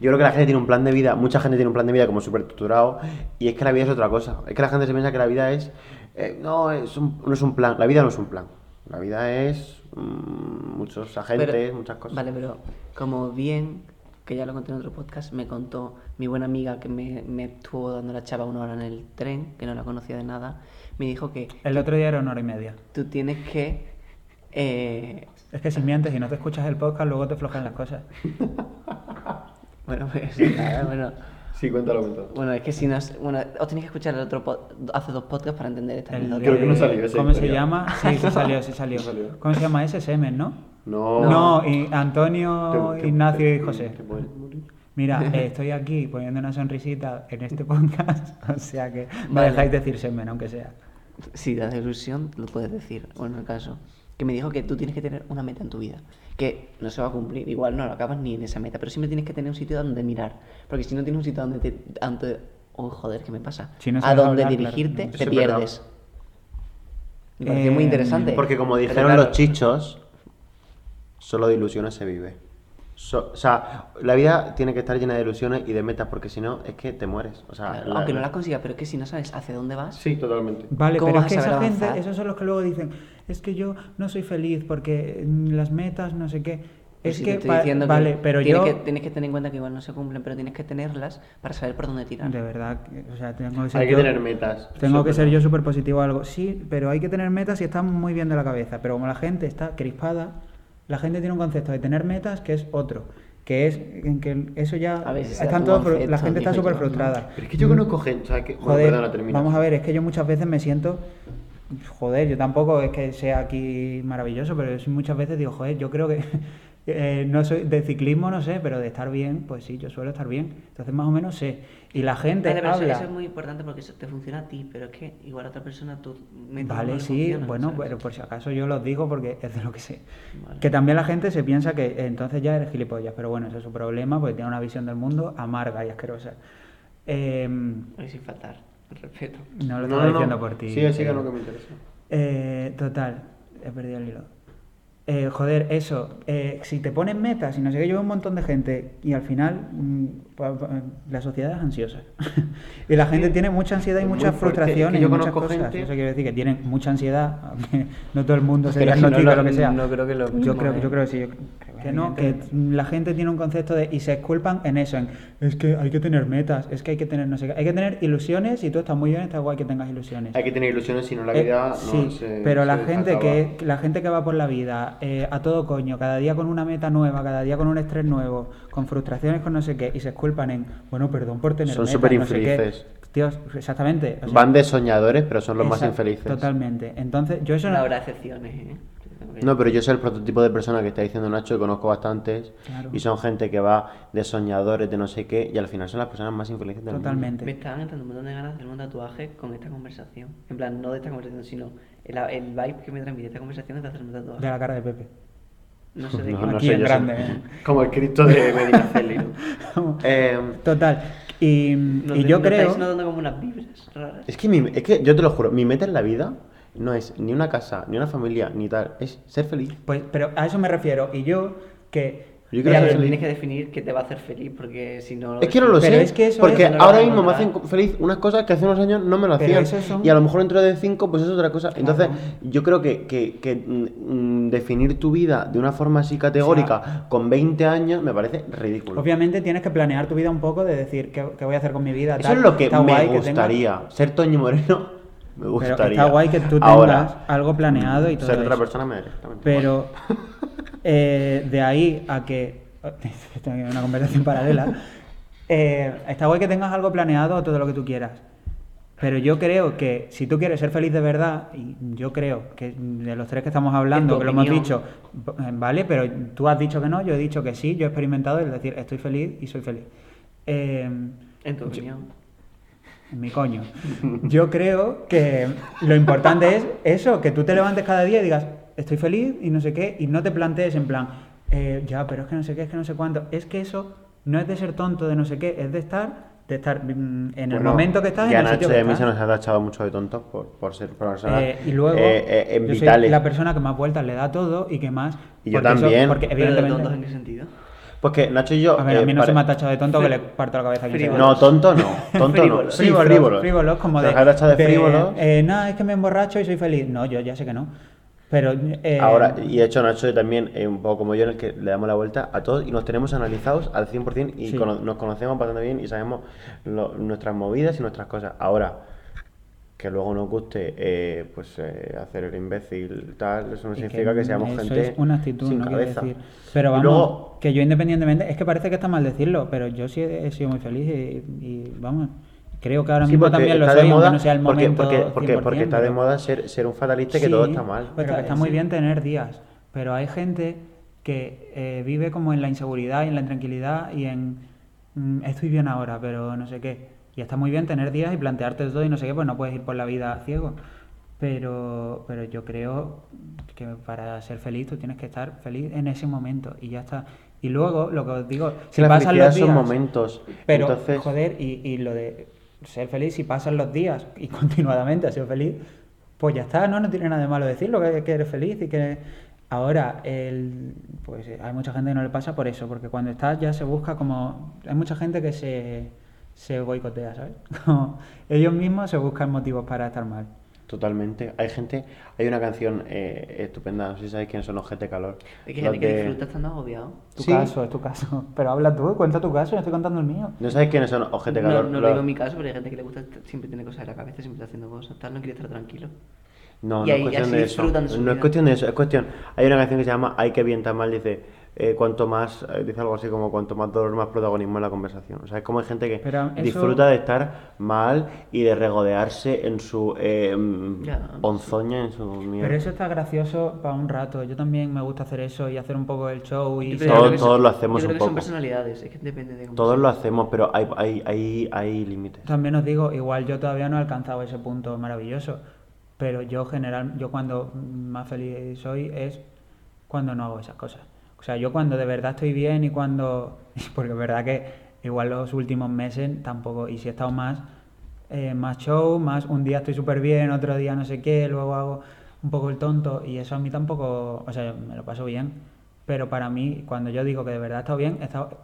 Speaker 1: Yo creo que la gente tiene un plan de vida, mucha gente tiene un plan de vida como súper estructurado, y es que la vida es otra cosa. Es que la gente se piensa que la vida es. eh, no, es un- no es un plan. La vida no es un plan. La vida es. mm, muchos agentes,
Speaker 3: Pero-
Speaker 1: muchas cosas.
Speaker 3: Vale, pero como bien que ya lo conté en otro podcast, me contó mi buena amiga que me, me estuvo dando la chava una hora en el tren, que no la conocía de nada, me dijo que
Speaker 2: El otro día era una hora y media.
Speaker 3: tú tienes que... eh,
Speaker 2: Es que si mientes y no te escuchas el podcast, luego te flojan las cosas.
Speaker 3: bueno, pues, nada, bueno,
Speaker 1: Sí, cuéntalo, cuéntalo.
Speaker 3: bueno, es que si no... es- Bueno, os tenéis que escuchar el otro pod- hace dos podcasts para entender esta
Speaker 2: El
Speaker 3: anécdota.
Speaker 1: Creo que no
Speaker 2: de-
Speaker 1: salió ese
Speaker 2: ¿Cómo se
Speaker 1: historial.
Speaker 2: llama? Sí, sí salió, sí salió.
Speaker 1: No salió.
Speaker 2: ¿Cómo se llama ese? Semen, ¿no?
Speaker 1: No.
Speaker 2: No, y Antonio,
Speaker 1: Te- te-
Speaker 2: Ignacio y
Speaker 1: te-
Speaker 2: José.
Speaker 1: te puedes morir.
Speaker 2: Mira, eh, estoy aquí poniendo una sonrisita en este podcast, o sea que me
Speaker 3: Vale.
Speaker 2: dejáis decir semen, aunque sea.
Speaker 3: Si das ilusión, lo puedes decir, o en el caso. Que me dijo que tú tienes que tener una meta en tu vida, que no se va a cumplir, igual no lo acabas ni en esa meta, pero siempre tienes que tener un sitio donde mirar, porque si no tienes un sitio donde te... Ante... Oh, joder, ¿qué me pasa?
Speaker 2: Si no
Speaker 3: a
Speaker 2: sabes
Speaker 3: donde
Speaker 2: hablar,
Speaker 3: dirigirte,
Speaker 2: claro.
Speaker 1: Eso
Speaker 3: te
Speaker 1: es verdad.
Speaker 3: pierdes. Me pareció muy
Speaker 2: Eh,
Speaker 3: interesante.
Speaker 1: Porque como
Speaker 3: Pero
Speaker 1: dijeron
Speaker 3: claro,
Speaker 1: los chichos, solo de ilusiones se vive. So- o sea, la vida tiene que estar llena de ilusiones y de metas, porque si no, es que te mueres. O sea,
Speaker 3: claro,
Speaker 1: la-
Speaker 3: aunque no las consigas, pero es que si no sabes hacia dónde vas,
Speaker 1: Sí, totalmente.
Speaker 2: Vale,
Speaker 3: ¿Cómo
Speaker 2: pero es
Speaker 3: vas
Speaker 2: que
Speaker 3: a
Speaker 2: esa
Speaker 3: saber
Speaker 2: gente,
Speaker 3: avanzar?
Speaker 2: esos son los que luego dicen, es que yo no soy feliz porque mm, las metas, no sé qué.
Speaker 3: Pues
Speaker 2: Es
Speaker 3: si te
Speaker 2: que,
Speaker 3: estoy
Speaker 2: pa-
Speaker 3: diciendo que
Speaker 2: vale, pero
Speaker 3: tienes,
Speaker 2: yo,
Speaker 3: que, tienes que tener en cuenta que igual no se cumplen, pero tienes que tenerlas para saber por dónde tirar.
Speaker 2: de verdad, o sea, tengo que ser
Speaker 1: Hay que
Speaker 2: yo-
Speaker 1: tener metas.
Speaker 2: Tengo que
Speaker 1: Súper.
Speaker 2: ser yo súper positivo a algo. Sí, pero hay que tener metas y estamos muy bien de la cabeza. Pero como la gente está crispada, la gente tiene un concepto de tener metas que es otro. Que es en que eso ya.
Speaker 3: A ver si sea
Speaker 2: están
Speaker 3: tu
Speaker 2: todos fru-
Speaker 3: concepto,
Speaker 2: la gente está
Speaker 3: digo
Speaker 2: súper
Speaker 3: yo,
Speaker 2: frustrada.
Speaker 1: Pero es que yo conozco gente, o sea, que... bueno,
Speaker 2: Joder,
Speaker 1: perdona, termina.
Speaker 2: vamos a ver, es que yo muchas veces me siento. Joder, yo tampoco es que sea aquí maravilloso, pero sí muchas veces digo, joder, yo creo que. eh, no soy de ciclismo, no sé, pero de estar bien, pues sí, yo suelo estar bien. Entonces, más o menos sé. Y la gente
Speaker 3: Vale, pero eso-
Speaker 2: habla.
Speaker 3: Eso, es muy importante porque eso te funciona a ti, pero es que igual a otra persona tú...
Speaker 2: Vale, sí, bueno, pero pues, por si acaso yo los digo porque es de lo que sé.
Speaker 3: Vale.
Speaker 2: Que también la gente se piensa que eh, entonces ya eres gilipollas, pero bueno, ese es su problema porque tiene una visión del mundo amarga y asquerosa. Em,
Speaker 3: Hoy sin faltar, el respeto.
Speaker 2: no lo
Speaker 1: No,
Speaker 2: estaba
Speaker 1: no,
Speaker 2: diciendo
Speaker 1: no.
Speaker 2: por ti.
Speaker 1: Sigue, sigue
Speaker 2: pero-
Speaker 1: lo que me interesa.
Speaker 2: eh, total, he perdido el hilo. Eh, joder, eso, eh, si te pones metas y no sé qué, yo veo un montón de gente y al final mm, pa- pa- la sociedad es ansiosa. y la gente tiene mucha ansiedad y
Speaker 1: es muy
Speaker 2: muchas
Speaker 1: fuerte, es que
Speaker 2: frustraciones
Speaker 1: yo
Speaker 2: y muchas
Speaker 1: conozco
Speaker 2: cosas.
Speaker 1: gente-
Speaker 2: Eso quiere decir que tienen mucha ansiedad, aunque no todo el mundo se
Speaker 3: Pero si no
Speaker 2: diagnostica
Speaker 3: lo-
Speaker 2: lo que sea.
Speaker 3: no creo que lo
Speaker 2: yo,
Speaker 3: mismo,
Speaker 2: creo,
Speaker 3: ¿eh?
Speaker 2: yo creo que sí. yo creo que no, que la gente tiene un concepto de... Y se esculpan en eso, en es que hay que tener metas, es que hay que tener no sé qué. Hay que tener ilusiones y tú estás muy bien, está guay que tengas ilusiones.
Speaker 1: Hay que tener ilusiones, si no la
Speaker 2: Eh,
Speaker 1: vida no
Speaker 2: sí,
Speaker 1: se-
Speaker 2: pero la
Speaker 1: se
Speaker 2: gente
Speaker 1: acaba.
Speaker 2: que la gente que va por la vida eh, a todo coño, cada día con una meta nueva, cada día con un estrés nuevo, con frustraciones, con no sé qué, y se esculpan en, bueno, perdón por tener
Speaker 1: Son
Speaker 2: metas,
Speaker 1: súper
Speaker 2: no sé qué".
Speaker 1: infelices.
Speaker 2: Tíos, exactamente. o sea,
Speaker 1: Van de soñadores, pero son los más
Speaker 2: esa-
Speaker 1: infelices.
Speaker 2: Totalmente. Entonces, yo eso
Speaker 3: No
Speaker 2: no...
Speaker 3: habrá excepciones, ¿eh? Tengo que-
Speaker 1: No, pero yo soy el prototipo de persona que está diciendo Nacho, y conozco bastantes,
Speaker 2: Claro.
Speaker 1: y son gente que va de soñadores, de no sé qué, y al final son las personas más infelices del mundo.
Speaker 2: Totalmente.
Speaker 3: Me estaban entrando un montón de ganas de hacerme un tatuaje con esta conversación. En plan, no de esta conversación, sino el, el vibe que me transmite esta conversación es de hacerme un tatuaje.
Speaker 2: De la cara de Pepe.
Speaker 3: No sé de qué.
Speaker 1: No, no
Speaker 2: Aquí
Speaker 1: sé,
Speaker 2: en
Speaker 1: yo
Speaker 2: grande,
Speaker 1: soy-
Speaker 2: ¿eh?
Speaker 1: Como el Cristo de Medina Celi. Eh,
Speaker 2: Total. Y,
Speaker 3: No
Speaker 2: y
Speaker 3: te-
Speaker 2: yo
Speaker 3: no
Speaker 2: creo...
Speaker 3: Estáis notando como unas vibras raras.
Speaker 1: es, que mi- es que yo te lo juro, mi meta en la vida no es ni una casa, ni una familia, ni tal, es ser feliz.
Speaker 2: Pues, pero a eso me refiero. Y yo que...
Speaker 1: Yo creo
Speaker 3: Mira,
Speaker 1: que
Speaker 3: pero
Speaker 1: soy
Speaker 3: tienes
Speaker 1: feliz.
Speaker 3: que definir qué te va a hacer feliz, porque si no...
Speaker 1: Es que no lo
Speaker 2: Pero
Speaker 1: sé,
Speaker 2: es que eso
Speaker 1: porque
Speaker 2: es- no
Speaker 3: lo
Speaker 1: ahora
Speaker 3: vas a
Speaker 1: mismo me hacen
Speaker 3: encontrar.
Speaker 1: feliz unas cosas que hace unos años no me lo
Speaker 2: Pero
Speaker 1: hacían.
Speaker 2: eso son-
Speaker 1: Y a lo mejor dentro de cinco, pues es otra cosa. Entonces,
Speaker 2: Claro.
Speaker 1: yo creo que, que- que, mm, mm, definir tu vida de una forma así categórica
Speaker 2: O
Speaker 1: con 20 años me parece ridículo.
Speaker 2: Obviamente tienes que planear tu vida un poco de decir qué, qué voy a hacer con mi vida.
Speaker 1: Eso
Speaker 2: tal,
Speaker 1: es lo que
Speaker 2: está
Speaker 1: me
Speaker 2: guay tenga-
Speaker 1: gustaría. Ser Toño Moreno me gustaría.
Speaker 2: Pero está guay que tú tengas
Speaker 1: Ahora,
Speaker 2: algo planeado y todo
Speaker 1: ser otra
Speaker 2: eso.
Speaker 1: persona me directamente.
Speaker 2: Pero eh, de ahí a que. Tengo aquí una conversación paralela. Eh, está guay que tengas algo planeado o todo lo que tú quieras. Pero yo creo que si tú quieres ser feliz de verdad, y yo creo que de los tres que estamos hablando,
Speaker 3: tu
Speaker 2: que lo hemos
Speaker 3: opinión.
Speaker 2: dicho, v- vale, pero tú has dicho que no, yo he dicho que sí, yo he experimentado el decir estoy feliz y soy feliz. Eh,
Speaker 3: En tu opinión.
Speaker 2: en mi coño. Yo creo que lo importante es eso, que tú te levantes cada día y digas, estoy feliz y no sé qué, y no te plantees en plan, "Eh, ya, pero es que no sé qué, es que no sé cuánto. Es que eso no es de ser tonto, de no sé qué, es de estar, de estar mm, en el
Speaker 1: Bueno,
Speaker 2: momento que estás,
Speaker 1: ya
Speaker 2: en el
Speaker 1: Nacho
Speaker 2: sitio que
Speaker 1: y a mí se
Speaker 2: estás.
Speaker 1: nos ha tachado mucho de tontos por, por ser personas
Speaker 2: Eh, y luego,
Speaker 1: eh, eh, en
Speaker 2: yo soy
Speaker 1: vitales.
Speaker 2: la persona que más vueltas le da a todo y que más...
Speaker 1: Y yo
Speaker 2: porque eso-
Speaker 1: también.
Speaker 2: porque
Speaker 1: Pero
Speaker 3: Pero de
Speaker 2: evidentemente...
Speaker 3: tontos en qué sentido.
Speaker 1: Porque Nacho y yo.
Speaker 2: A ver, a
Speaker 1: eh,
Speaker 2: mí no
Speaker 1: pare-
Speaker 2: se me ha tachado de tonto que le parto la cabeza a quien sea.
Speaker 1: No, tonto no. Tonto no.
Speaker 3: Frívolos.
Speaker 1: Sí, frívolos.
Speaker 2: frívolos, como
Speaker 1: Nos
Speaker 2: de. eh,
Speaker 1: ha tachado de
Speaker 2: de,
Speaker 1: frívolos.
Speaker 2: eh, no, es que me emborracho y soy feliz. No, yo ya sé que no. Pero eh,
Speaker 1: Ahora, y de hecho Nacho también es un poco como yo, en el que le damos la vuelta a todos y nos tenemos analizados al 100% y
Speaker 2: Sí.
Speaker 1: cono- nos conocemos bastante bien y sabemos lo- nuestras movidas y nuestras cosas. Ahora, que luego nos guste eh, pues eh, hacer el imbécil, tal, eso no
Speaker 2: es
Speaker 1: significa que, seamos
Speaker 2: eso
Speaker 1: gente
Speaker 2: Es una actitud,
Speaker 1: sin
Speaker 2: no quiero
Speaker 1: cabeza.
Speaker 2: decir. Pero
Speaker 1: Y
Speaker 2: vamos,
Speaker 1: luego-
Speaker 2: que yo independientemente, es que parece que está mal decirlo, pero yo sí he he sido muy feliz y, y, vamos, creo que ahora
Speaker 1: Sí,
Speaker 2: mismo
Speaker 1: porque
Speaker 2: también lo
Speaker 1: está
Speaker 2: soy,
Speaker 1: de
Speaker 2: aunque
Speaker 1: moda,
Speaker 2: no sea el
Speaker 1: porque,
Speaker 2: momento.
Speaker 1: porque, porque, porque
Speaker 2: 100%,
Speaker 1: está de
Speaker 2: pero-
Speaker 1: moda ser, ser un fatalista y que
Speaker 2: Sí,
Speaker 1: todo está mal.
Speaker 2: pero que está
Speaker 1: Sí.
Speaker 2: muy bien tener días, pero hay gente que eh, vive como en la inseguridad y en la intranquilidad y en mm, estoy bien ahora, pero no sé qué. Y está muy bien tener días y plantearte todo y no sé qué, pues no puedes ir por la vida ciego. Pero, pero yo creo que para ser feliz tú tienes que estar feliz en ese momento y ya está. Y luego, lo que os digo,
Speaker 1: Es
Speaker 2: si
Speaker 1: que la
Speaker 2: pasan
Speaker 1: felicidad
Speaker 2: los
Speaker 1: son
Speaker 2: días,
Speaker 1: momentos.
Speaker 2: pero,
Speaker 1: entonces,
Speaker 2: joder, y, y lo de ser feliz, si pasan los días y continuadamente has sido feliz, pues ya está, ¿no? No tiene nada de malo decirlo, que, que eres feliz y que... Ahora, el, pues eh, hay mucha gente que no le pasa por eso, porque cuando estás ya se busca como... Hay mucha gente que se, se boicotea, ¿sabes? Como ellos mismos se buscan motivos para estar mal.
Speaker 1: Totalmente. Hay gente, hay una canción eh, estupenda, no sé si sabéis quiénes son los Gente Calor.
Speaker 3: Es que hay
Speaker 1: Los
Speaker 3: gente que
Speaker 1: de-
Speaker 3: disfruta estando agobiado.
Speaker 2: Tu
Speaker 1: Sí.
Speaker 2: caso, es tu caso. Pero habla tú, cuenta tu caso, yo estoy contando el mío.
Speaker 1: No sabéis quiénes son Ojete
Speaker 3: No,
Speaker 1: Calor.
Speaker 3: no
Speaker 1: Los-
Speaker 3: digo en mi caso, pero hay gente que le gusta, estar- siempre tiene cosas en la cabeza, siempre está haciendo cosas, tal, no quiere estar tranquilo.
Speaker 1: No,
Speaker 3: Y
Speaker 1: no es
Speaker 3: ahí-
Speaker 1: cuestión
Speaker 3: así
Speaker 1: de eso.
Speaker 3: disfrutan su
Speaker 1: no es
Speaker 3: vida.
Speaker 1: cuestión de eso, es cuestión. Hay una canción que se llama Hay que bien tan mal, dice eh, cuanto más, eh, dice algo así como cuanto más dolor, más protagonismo en la conversación. O sea, es como hay gente que
Speaker 2: Pero eso-
Speaker 1: disfruta de estar mal y de regodearse en su eh, mm,
Speaker 3: Ya.
Speaker 1: ponzoña, en su mierda.
Speaker 2: Pero eso está gracioso para un rato. Yo también me gusta hacer eso y hacer un poco el show y...
Speaker 3: Yo
Speaker 2: ser-
Speaker 3: creo
Speaker 1: Todos-
Speaker 3: que
Speaker 1: todos lo hacemos
Speaker 3: yo creo
Speaker 1: un
Speaker 3: que
Speaker 1: poco.
Speaker 3: son personalidades, es que depende de cómo
Speaker 1: Todos
Speaker 3: sea.
Speaker 1: lo hacemos, pero hay, hay, hay, hay límites.
Speaker 2: También os digo, igual yo todavía no he alcanzado ese punto maravilloso, pero yo general, yo cuando más feliz soy es cuando no hago esas cosas. O sea, yo cuando de verdad estoy bien y cuando, porque es verdad que igual los últimos meses tampoco, y si he estado más, eh, más show, más un día estoy súper bien, otro día no sé qué, luego hago un poco el tonto, y eso a mí tampoco, o sea, me lo paso bien, pero para mí, cuando yo digo que de verdad he estado bien, he estado,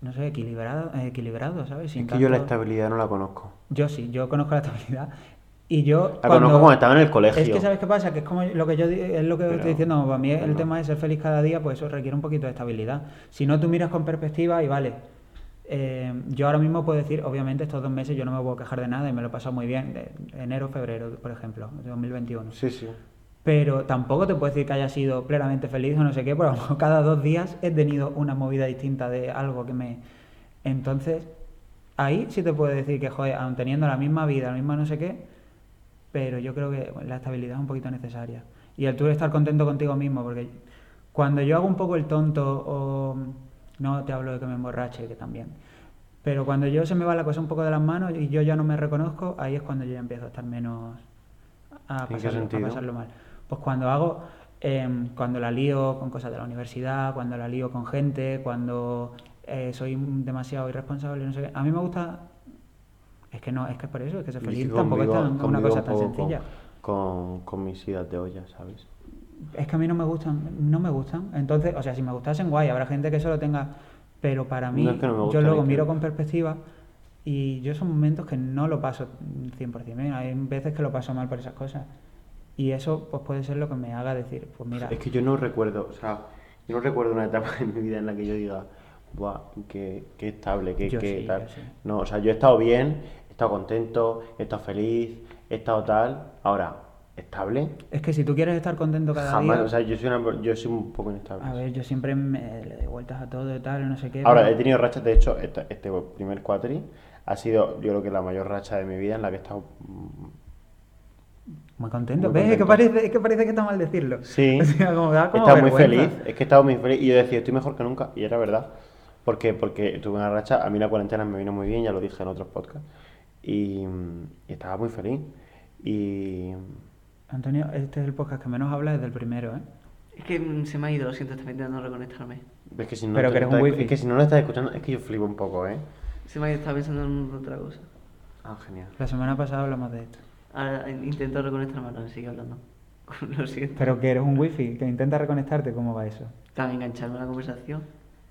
Speaker 2: no sé, equilibrado, equilibrado ¿sabes? Sin
Speaker 1: es que yo la
Speaker 2: tanto-
Speaker 1: estabilidad no la conozco.
Speaker 2: yo sí, yo conozco la estabilidad. Y yo.
Speaker 1: La conozco cuando estaba en el colegio.
Speaker 2: Es que sabes qué pasa, que es como lo que yo di- es lo que
Speaker 1: Pero-
Speaker 2: estoy diciendo, para mí el
Speaker 1: bueno.
Speaker 2: tema de ser feliz cada día, pues eso requiere un poquito de estabilidad. Si no, tú miras con perspectiva y vale. eh, yo ahora mismo puedo decir, obviamente estos dos meses yo no me puedo quejar de nada y me lo he pasado muy bien, de enero, febrero, por ejemplo, de 2021.
Speaker 1: Sí, sí.
Speaker 2: Pero tampoco te puedo decir que haya sido plenamente feliz o no sé qué, porque a lo mejor cada dos días he tenido una movida distinta de algo que me... Entonces, ahí sí te puedo decir que, joder, aun teniendo la misma vida, la misma no sé qué, pero yo creo que la estabilidad es un poquito necesaria. Y el tú estar contento contigo mismo, porque cuando yo hago un poco el tonto o... No te hablo de que me emborrache, que también. Pero cuando yo se me va la cosa un poco de las manos y yo ya no me reconozco, ahí es cuando yo ya empiezo a estar menos... A
Speaker 1: ¿En qué
Speaker 2: pasarlo, a
Speaker 1: sentido?
Speaker 2: pasarlo mal. Pues cuando hago, em, cuando la lío con cosas de la universidad, cuando la lío con gente, cuando eh, soy demasiado irresponsable, no sé qué. A mí me gusta... Es que no, es que es por eso, es que ser
Speaker 1: Yo
Speaker 2: feliz
Speaker 1: sí
Speaker 2: tampoco es
Speaker 1: convivo-
Speaker 2: tan- una
Speaker 1: convivo
Speaker 2: cosa
Speaker 1: un
Speaker 2: tan
Speaker 1: poco
Speaker 2: sencilla.
Speaker 1: Con, con, con mis idas de olla, ¿sabes?
Speaker 2: Es que a mí no me gustan, no me gustan. Entonces, o sea, si me gustasen, guay, habrá gente que eso lo tenga. Pero para mí,
Speaker 1: No es que no me
Speaker 2: yo
Speaker 1: gusten,
Speaker 2: luego
Speaker 1: es que-
Speaker 2: miro con perspectiva y yo son momentos que no lo paso 100% bien. Hay veces que lo paso mal por esas cosas. Y eso pues puede ser lo que me haga decir, pues mira,
Speaker 1: Es que yo no recuerdo, o sea, yo no recuerdo una etapa en mi vida en la que yo diga, buah, qué, qué estable, qué,
Speaker 2: Yo
Speaker 1: qué
Speaker 2: sí,
Speaker 1: tal.
Speaker 2: yo sí.
Speaker 1: No, o sea, yo he estado bien, he estado contento, he estado feliz, he estado tal. Ahora, ¿estable?
Speaker 2: es que si tú quieres estar contento cada
Speaker 1: Jamás,
Speaker 2: día...
Speaker 1: o sea, yo soy, una- yo soy un poco inestable.
Speaker 2: a ver, yo siempre me le doy vueltas a todo y tal, no sé qué.
Speaker 1: Ahora,
Speaker 2: pero-
Speaker 1: he tenido rachas, de hecho, esta- este, primer cuatri ha sido, yo creo que la mayor racha de mi vida en la que he estado mm,
Speaker 2: Muy contento.
Speaker 1: Muy
Speaker 2: ¿Ves? Es que,
Speaker 1: contento.
Speaker 2: parece, es que parece que está mal decirlo.
Speaker 1: Sí.
Speaker 2: O sea, como da
Speaker 1: He
Speaker 2: como
Speaker 1: estado muy
Speaker 2: vergüenza.
Speaker 1: feliz, es que he estado muy feliz y yo decía, estoy mejor que nunca, y era verdad. ¿Por qué? Porque tuve una racha, a mí la cuarentena me vino muy bien, ya lo dije en otros podcasts, y, mm, y estaba muy feliz. Y mm,
Speaker 2: Antonio, este es el podcast que menos habla desde el primero, ¿eh?
Speaker 3: Es que mm, se me ha ido, lo siento, estaba intentando reconectarme.
Speaker 1: es que si no,
Speaker 2: Pero
Speaker 1: te-
Speaker 2: que eres
Speaker 1: te-
Speaker 2: un wifi.
Speaker 1: es que si no lo estás escuchando, es que yo flipo un poco, ¿eh?
Speaker 3: Se me ha ido, estaba pensando en otra cosa.
Speaker 1: Ah, genial.
Speaker 2: La semana pasada hablamos de esto.
Speaker 3: Ahora eh, intento reconectarme, ahora sigue hablando. lo siento.
Speaker 2: Pero que eres un wifi, que intenta reconectarte, ¿cómo va eso?
Speaker 3: Estaba engancharme a la conversación.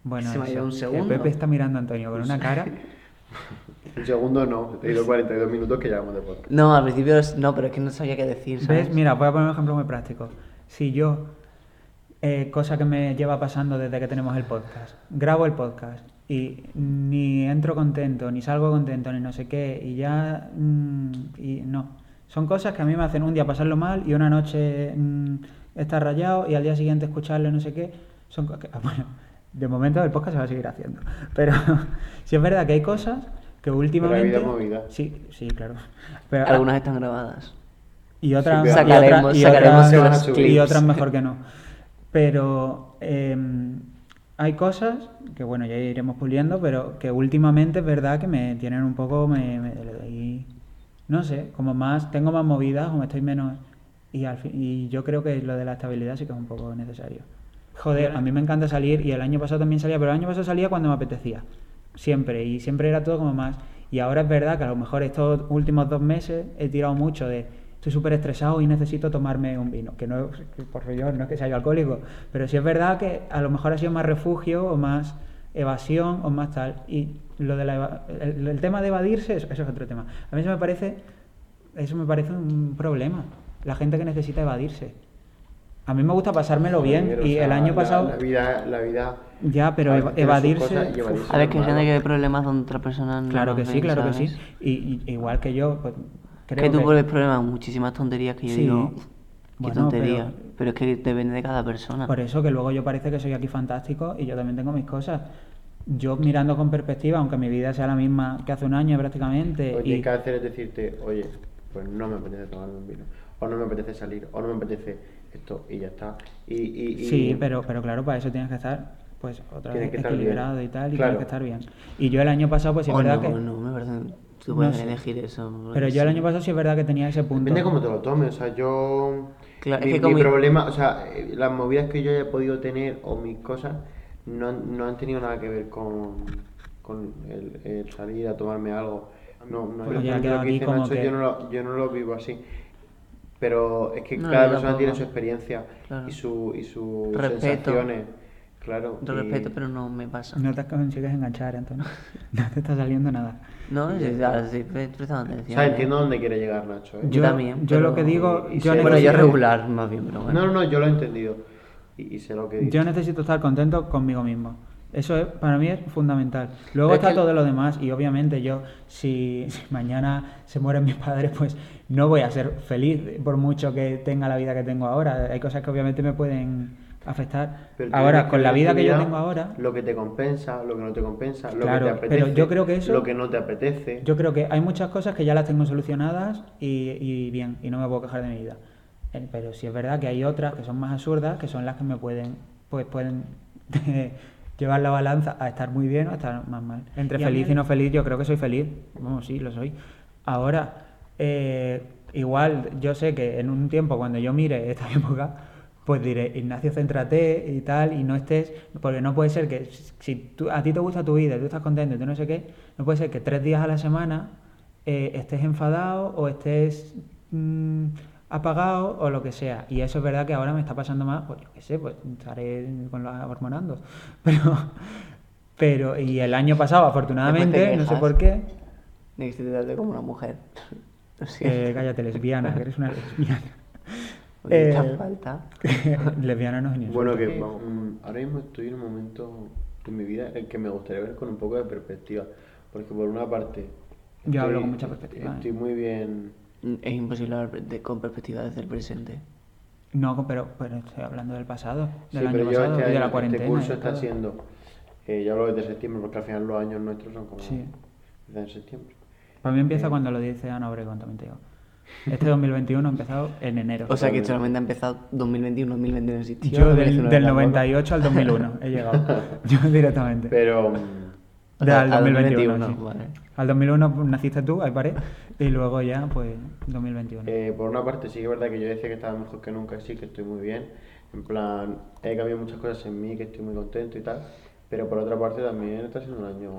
Speaker 2: Bueno,
Speaker 3: Se me ha
Speaker 2: eso,
Speaker 3: ido un
Speaker 2: que
Speaker 3: segundo.
Speaker 2: Pepe está mirando a Antonio con una cara.
Speaker 1: Un segundo no, he ido 42 minutos que llevamos de podcast.
Speaker 3: No, al principio es- no, pero es que no sabía qué decir. ¿sabes?
Speaker 2: ¿Ves? Mira, voy a poner un ejemplo muy práctico. si yo, eh, cosa que me lleva pasando desde que tenemos el podcast, grabo el podcast y ni entro contento, ni salgo contento, ni no sé qué, y ya... mm, y no. Son cosas que a mí me hacen un día pasarlo mal y una noche mm, estar rayado y al día siguiente escucharlo, no sé qué. Son co- que- bueno, de momento el podcast se va a seguir haciendo. Pero sí es verdad que hay cosas que últimamente...
Speaker 1: vida es movida.
Speaker 2: Sí, sí, claro. Pero,
Speaker 3: Algunas están grabadas.
Speaker 2: y otras
Speaker 1: Sí,
Speaker 2: y
Speaker 3: sacaremos-
Speaker 2: otras- y
Speaker 3: sacaremos
Speaker 2: otras-
Speaker 1: más
Speaker 2: y
Speaker 1: clips.
Speaker 2: otras mejor que no. Pero eh, hay cosas que, bueno, ya iremos puliendo, pero que últimamente es verdad que me tienen un poco, me, me- le doy, no sé, como más, tengo más movidas o me estoy menos. Y, al fin- y yo creo que lo de la estabilidad sí que es un poco necesario. Joder, a mí me encanta salir y el año pasado también salía, pero el año pasado salía cuando me apetecía. Siempre, y siempre era todo como más. Y ahora es verdad que a lo mejor estos últimos dos meses he tirado mucho de estoy súper estresado y necesito tomarme un vino. Que no, que por rollo, no es que sea yo alcohólico, pero sí es verdad que a lo mejor ha sido más refugio o más evasión o más tal. Y lo de la eva- el, el tema de evadirse, eso, eso es otro tema. A mí eso me parece, eso me parece un problema. La gente que necesita evadirse. A mí me gusta pasármelo bien
Speaker 1: Joder, o
Speaker 2: y
Speaker 1: sea,
Speaker 2: el año
Speaker 1: la-
Speaker 2: pasado...
Speaker 1: La vida, la vida.
Speaker 2: Ya, pero
Speaker 1: Hay
Speaker 2: eva-
Speaker 1: que hacer sus
Speaker 2: evadirse.
Speaker 1: cosas y evadirse.
Speaker 2: uf,
Speaker 1: Sí,
Speaker 3: A ver, que hay gente
Speaker 1: normal.
Speaker 3: que ve problemas donde otra persona no
Speaker 2: Claro
Speaker 3: los
Speaker 2: que sí,
Speaker 3: ve,
Speaker 2: claro que
Speaker 3: ¿sabes?
Speaker 2: sí. Y, y- igual que yo, pues, creo
Speaker 3: que tú
Speaker 2: que-
Speaker 3: pones problemas, muchísimas tonterías que yo
Speaker 2: Sí.
Speaker 3: digo, qué
Speaker 2: Bueno,
Speaker 3: tontería.
Speaker 2: pero-
Speaker 3: Pero... es que depende de cada persona.
Speaker 2: Por eso que luego yo parece que soy aquí fantástico y yo también tengo mis cosas. Yo mirando con perspectiva, aunque mi vida sea la misma que hace un año prácticamente,
Speaker 1: Lo que tienes
Speaker 2: y
Speaker 1: que hacer es decirte, oye, pues no me apetece tomarme un vino, o no me apetece salir, o no me apetece esto, y ya está. Y, y, y-
Speaker 2: Sí, pero, pero claro, para eso tienes que estar, pues, otra
Speaker 1: Tienes
Speaker 2: vez
Speaker 1: que estar
Speaker 2: equilibrado
Speaker 1: bien.
Speaker 2: y tal, y
Speaker 1: Claro.
Speaker 2: tienes que estar bien. Y yo el año pasado, pues sí es
Speaker 3: O
Speaker 2: verdad
Speaker 3: Oh, no,
Speaker 2: que.
Speaker 3: no, me parece. Tú
Speaker 2: No
Speaker 3: puedes
Speaker 2: sé.
Speaker 3: elegir eso. lo
Speaker 2: Pero
Speaker 3: que
Speaker 2: yo el
Speaker 3: sea.
Speaker 2: año pasado sí es verdad que tenía ese punto.
Speaker 1: Depende cómo te lo tomes, o sea, yo...
Speaker 3: Claro,
Speaker 1: mi,
Speaker 3: es que como-
Speaker 1: mi problema, o sea, eh, las movidas que yo haya podido tener o mis cosas no, han- no han tenido nada que ver con, con el, el salir a tomarme algo. No, no,
Speaker 2: Pues
Speaker 1: yo, por
Speaker 2: ya
Speaker 1: ejemplo,
Speaker 2: queda
Speaker 1: lo que
Speaker 2: aquí
Speaker 1: dice
Speaker 2: como
Speaker 1: Nacho,
Speaker 2: que-
Speaker 1: yo, no lo, yo no lo vivo así. Pero es que
Speaker 3: No,
Speaker 1: cada
Speaker 3: yo
Speaker 1: persona tiene su
Speaker 3: tampoco.
Speaker 1: experiencia
Speaker 3: Claro.
Speaker 1: y, su, y sus
Speaker 3: Respeto.
Speaker 1: sensaciones. Claro.
Speaker 3: Lo
Speaker 1: y-
Speaker 3: respeto, pero no me pasa.
Speaker 2: No te consigues enganchar, entonces no te está saliendo nada.
Speaker 3: No, es ya, sí, pre- prestando
Speaker 1: O
Speaker 3: atención.
Speaker 1: sea,
Speaker 3: eh.
Speaker 1: entiendo dónde quiere llegar Nacho. ¿eh?
Speaker 3: Yo también,
Speaker 2: Yo lo
Speaker 3: pero-
Speaker 2: que digo.
Speaker 1: y- y
Speaker 2: yo
Speaker 1: sé-
Speaker 3: Bueno, yo
Speaker 2: necesito-
Speaker 3: regular más bien, pero bueno.
Speaker 1: No, no, no, yo lo he entendido. Y, y sé lo que dice.
Speaker 2: Yo necesito estar contento conmigo mismo. Eso es, para mí es fundamental. Luego
Speaker 3: Pero es
Speaker 2: está
Speaker 3: que-
Speaker 2: todo lo demás y obviamente yo, si, si mañana se mueren mis padres, pues no voy a ser feliz por mucho que tenga la vida que tengo ahora. Hay cosas que obviamente me pueden afectar.
Speaker 1: Pero tú tienes
Speaker 2: ahora,
Speaker 1: que
Speaker 2: con la
Speaker 1: ver
Speaker 2: vida
Speaker 1: tu
Speaker 2: que yo tengo ahora,
Speaker 1: Lo que te compensa, lo que no te compensa, lo
Speaker 2: Claro,
Speaker 1: que te
Speaker 2: pero
Speaker 1: apetece.
Speaker 2: yo creo que eso-
Speaker 1: Lo que no te apetece.
Speaker 2: yo creo que hay muchas cosas que ya las tengo solucionadas y, y bien, y no me puedo quejar de mi vida. Eh, Pero sí es verdad que hay otras que son más absurdas, que son las que me pueden, pues pueden llevar la balanza a estar muy bien o a estar más mal. Entre
Speaker 3: Y a mí
Speaker 2: feliz y
Speaker 3: el-
Speaker 2: no feliz, yo creo que soy feliz. Vamos, sí, lo soy. Ahora, eh, igual, yo sé que en un tiempo, cuando yo mire esta época, pues diré, Ignacio, céntrate y tal, y no estés, porque no puede ser que, si- si tú- a ti te gusta tu vida, y tú estás contento, y tú no sé qué, no puede ser que tres días a la semana eh, estés enfadado o estés mm, apagado o lo que sea. Y eso es verdad que ahora me está pasando más, pues yo qué sé, pues estaré con los hormonando. Pero, pero, y el año pasado, afortunadamente, no sé
Speaker 3: quejas.
Speaker 2: por qué,
Speaker 3: Tienes que tratarte como una mujer. Lo
Speaker 2: eh,
Speaker 3: siento.
Speaker 2: cállate, lesbiana, que eres una lesbiana.
Speaker 3: Oye, esta
Speaker 2: eh,
Speaker 3: falta.
Speaker 2: lesbiana no es ni un
Speaker 1: Bueno,
Speaker 2: insulto.
Speaker 1: que vamos, mm, ahora mismo estoy en un momento de mi vida en el que me gustaría ver con un poco de perspectiva. Porque por una parte.
Speaker 2: Yo hablo con mucha perspectiva,
Speaker 1: Estoy
Speaker 2: eh.
Speaker 1: muy bien.
Speaker 3: Es imposible hablar de- con perspectiva desde el presente.
Speaker 2: No, pero, pero estoy hablando del pasado, del
Speaker 1: Sí,
Speaker 2: año
Speaker 1: pero yo
Speaker 2: pasado
Speaker 1: este,
Speaker 2: y de
Speaker 1: año-
Speaker 2: la cuarentena.
Speaker 1: este
Speaker 2: y
Speaker 1: curso
Speaker 2: de
Speaker 1: está
Speaker 2: todo.
Speaker 1: siendo. eh, yo hablo desde septiembre, porque al final los años nuestros son como.
Speaker 2: Sí.
Speaker 1: Desde septiembre.
Speaker 2: Para mí empieza
Speaker 1: Eh.
Speaker 2: cuando lo dice Ana Obregón, también te digo. Este 2021 ha empezado en enero.
Speaker 3: O sea que
Speaker 1: Totalmente.
Speaker 3: solamente ha empezado 2021, 2020 no existió.
Speaker 2: yo del,
Speaker 3: 2019
Speaker 2: del
Speaker 3: tampoco.
Speaker 2: 98 al 2001 he llegado. Yo directamente.
Speaker 1: Pero. mm,
Speaker 3: O sea,
Speaker 2: al
Speaker 3: al
Speaker 2: 2021.
Speaker 3: 2021,
Speaker 2: sí.
Speaker 3: vale.
Speaker 2: Al 2001 naciste tú, ahí paré. Y luego ya, pues, 2021.
Speaker 1: Eh, por una parte, sí que es verdad que yo decía que estaba mejor que nunca, sí, que estoy muy bien. En plan, he cambiado muchas cosas en mí, que estoy muy contento y tal. Pero por otra parte, también está siendo un año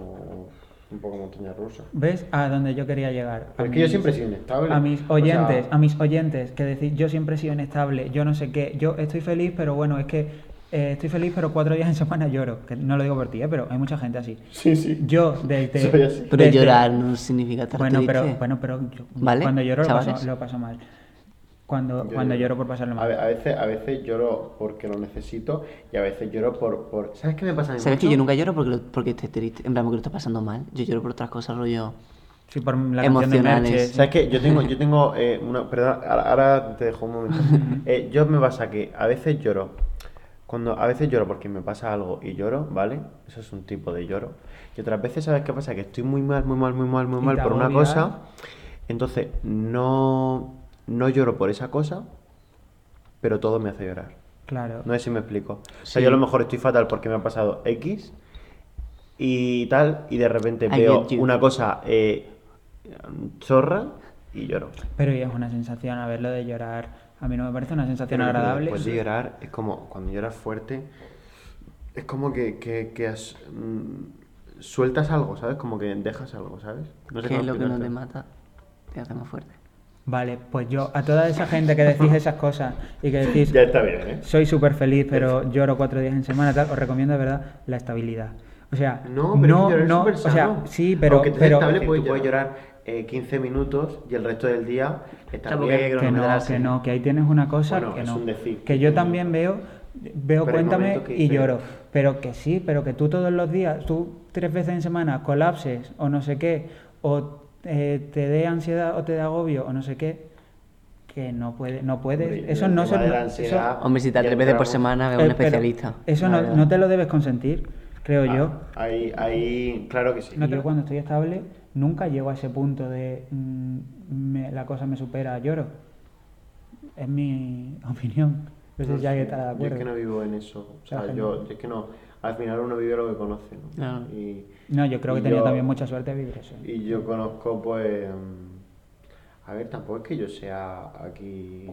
Speaker 1: un poco montaña rusa.
Speaker 2: ¿Ves a dónde yo quería llegar? A
Speaker 1: Pero es que yo
Speaker 2: mis-
Speaker 1: siempre he sido inestable.
Speaker 2: A mis
Speaker 1: O sea,
Speaker 2: oyentes, a mis oyentes, que decís, yo siempre he sido inestable, yo no sé qué, yo estoy feliz, pero bueno, es que eh, estoy feliz, pero cuatro días en semana lloro. Que no lo digo por ti, eh, pero hay mucha gente así.
Speaker 1: Sí, sí.
Speaker 2: Yo, desde.
Speaker 1: Soy así.
Speaker 3: Pero
Speaker 2: desde-
Speaker 3: llorar no significa estar
Speaker 2: Bueno,
Speaker 3: triste.
Speaker 2: pero, bueno, pero yo-
Speaker 3: ¿Vale,
Speaker 2: cuando lloro lo paso,
Speaker 3: chavales?
Speaker 2: lo paso mal. cuando,
Speaker 1: Yo
Speaker 2: cuando
Speaker 1: lloro.
Speaker 2: lloro por pasarlo
Speaker 1: A,
Speaker 2: mal.
Speaker 1: ve- a veces, a veces lloro porque lo necesito y a veces lloro por... por... ¿Sabes qué me pasa a mí
Speaker 3: ¿Sabes que
Speaker 1: mucho?
Speaker 3: yo nunca lloro porque, lo- porque esté triste? En plan, porque lo está pasando mal. Yo lloro por otras cosas, rollo.
Speaker 2: Sí, por la canción de
Speaker 3: Emocionales.
Speaker 2: Merche.
Speaker 1: Eh, ¿Sabes qué? Yo tengo, yo tengo eh, una... Perdón, ahora, ahora te dejo un momento. Eh, yo me pasa que a veces lloro. Cuando a veces lloro porque me pasa algo y lloro, ¿vale? Eso es un tipo de lloro. Y otras veces, ¿sabes qué pasa? Que estoy muy mal, muy mal, muy mal, muy
Speaker 2: Y
Speaker 1: mal
Speaker 2: te
Speaker 1: por una
Speaker 2: agobias.
Speaker 1: cosa. Entonces, no, no lloro por esa cosa, pero todo me hace llorar.
Speaker 2: Claro.
Speaker 1: No sé si me explico. O sea,
Speaker 3: Sí.
Speaker 1: yo a lo mejor estoy fatal porque me ha pasado X y tal, y de repente
Speaker 3: I
Speaker 1: veo
Speaker 3: get you.
Speaker 1: una cosa eh, chorra y lloro.
Speaker 2: Pero y es una sensación, a ver, lo de llorar. A mí no me parece una sensación
Speaker 1: Pero
Speaker 2: agradable.
Speaker 1: Después de llorar, es como cuando lloras fuerte, es como que, que, que has, mm, sueltas algo, ¿sabes? Como que dejas algo, ¿sabes? No sé
Speaker 3: que
Speaker 1: cómo
Speaker 3: es lo que no
Speaker 1: explicarte.
Speaker 3: te mata, te hace más fuerte.
Speaker 2: Vale, pues yo, a toda esa gente que decís esas cosas y que decís,
Speaker 1: Ya está bien, ¿eh?
Speaker 2: soy súper feliz, pero lloro cuatro días en semana, tal, os recomiendo de verdad la estabilidad. O sea,
Speaker 1: No, pero
Speaker 2: no,
Speaker 1: es que llorar es
Speaker 2: no,
Speaker 1: súper
Speaker 2: o sea,
Speaker 1: sano.
Speaker 2: sí, pero,
Speaker 1: Aunque tú
Speaker 2: pero
Speaker 1: estable, puedes, tú puedes llorar eh, 15 minutos y el resto del día está
Speaker 3: Tampoco hay
Speaker 1: bien.
Speaker 3: que
Speaker 2: que no,
Speaker 3: cronometrarse.
Speaker 2: que no, que ahí tienes una cosa
Speaker 1: Bueno,
Speaker 2: que
Speaker 1: es
Speaker 2: no.
Speaker 1: un decir.
Speaker 2: que yo también veo, veo
Speaker 1: Pero hay
Speaker 2: cuéntame
Speaker 1: momentos que
Speaker 2: y
Speaker 1: dices-
Speaker 2: lloro. Pero que sí, pero que tú todos los días, tú tres veces en semana colapses o no sé qué, o eh, te dé ansiedad o te dé agobio o no sé qué, que no puede, no puedes.
Speaker 1: Hombre,
Speaker 2: eso
Speaker 1: el
Speaker 2: no
Speaker 1: tema
Speaker 2: se
Speaker 1: de la
Speaker 2: no-
Speaker 1: ansiedad,
Speaker 3: Hombre, si te
Speaker 1: ya
Speaker 3: atreves de por
Speaker 1: entramos.
Speaker 3: semana, ve a
Speaker 2: eh,
Speaker 3: un
Speaker 2: pero
Speaker 3: especialista.
Speaker 2: Eso
Speaker 3: la
Speaker 2: no,
Speaker 3: verdad.
Speaker 2: no te lo debes consentir, creo
Speaker 1: Ah,
Speaker 2: yo.
Speaker 1: Ahí, ahí, claro que sí.
Speaker 2: No te- Yo cuando estoy estable nunca llego a ese punto de mm, me- la cosa me supera, lloro. Es mi opinión. No sé
Speaker 1: No
Speaker 2: si alguien
Speaker 1: sé,
Speaker 2: estará de
Speaker 1: Yo es
Speaker 2: acuerdo.
Speaker 1: que no vivo en eso. O sea,
Speaker 2: Ajá.
Speaker 1: yo, yo es que no. Al final uno vive lo que conoce, ¿no?
Speaker 3: Claro.
Speaker 1: Y,
Speaker 2: No, yo creo que
Speaker 1: y
Speaker 2: tenía
Speaker 1: yo-
Speaker 2: también mucha suerte de vivir eso. ¿eh?
Speaker 1: y yo conozco, pues. mm, A ver, tampoco es que yo sea aquí.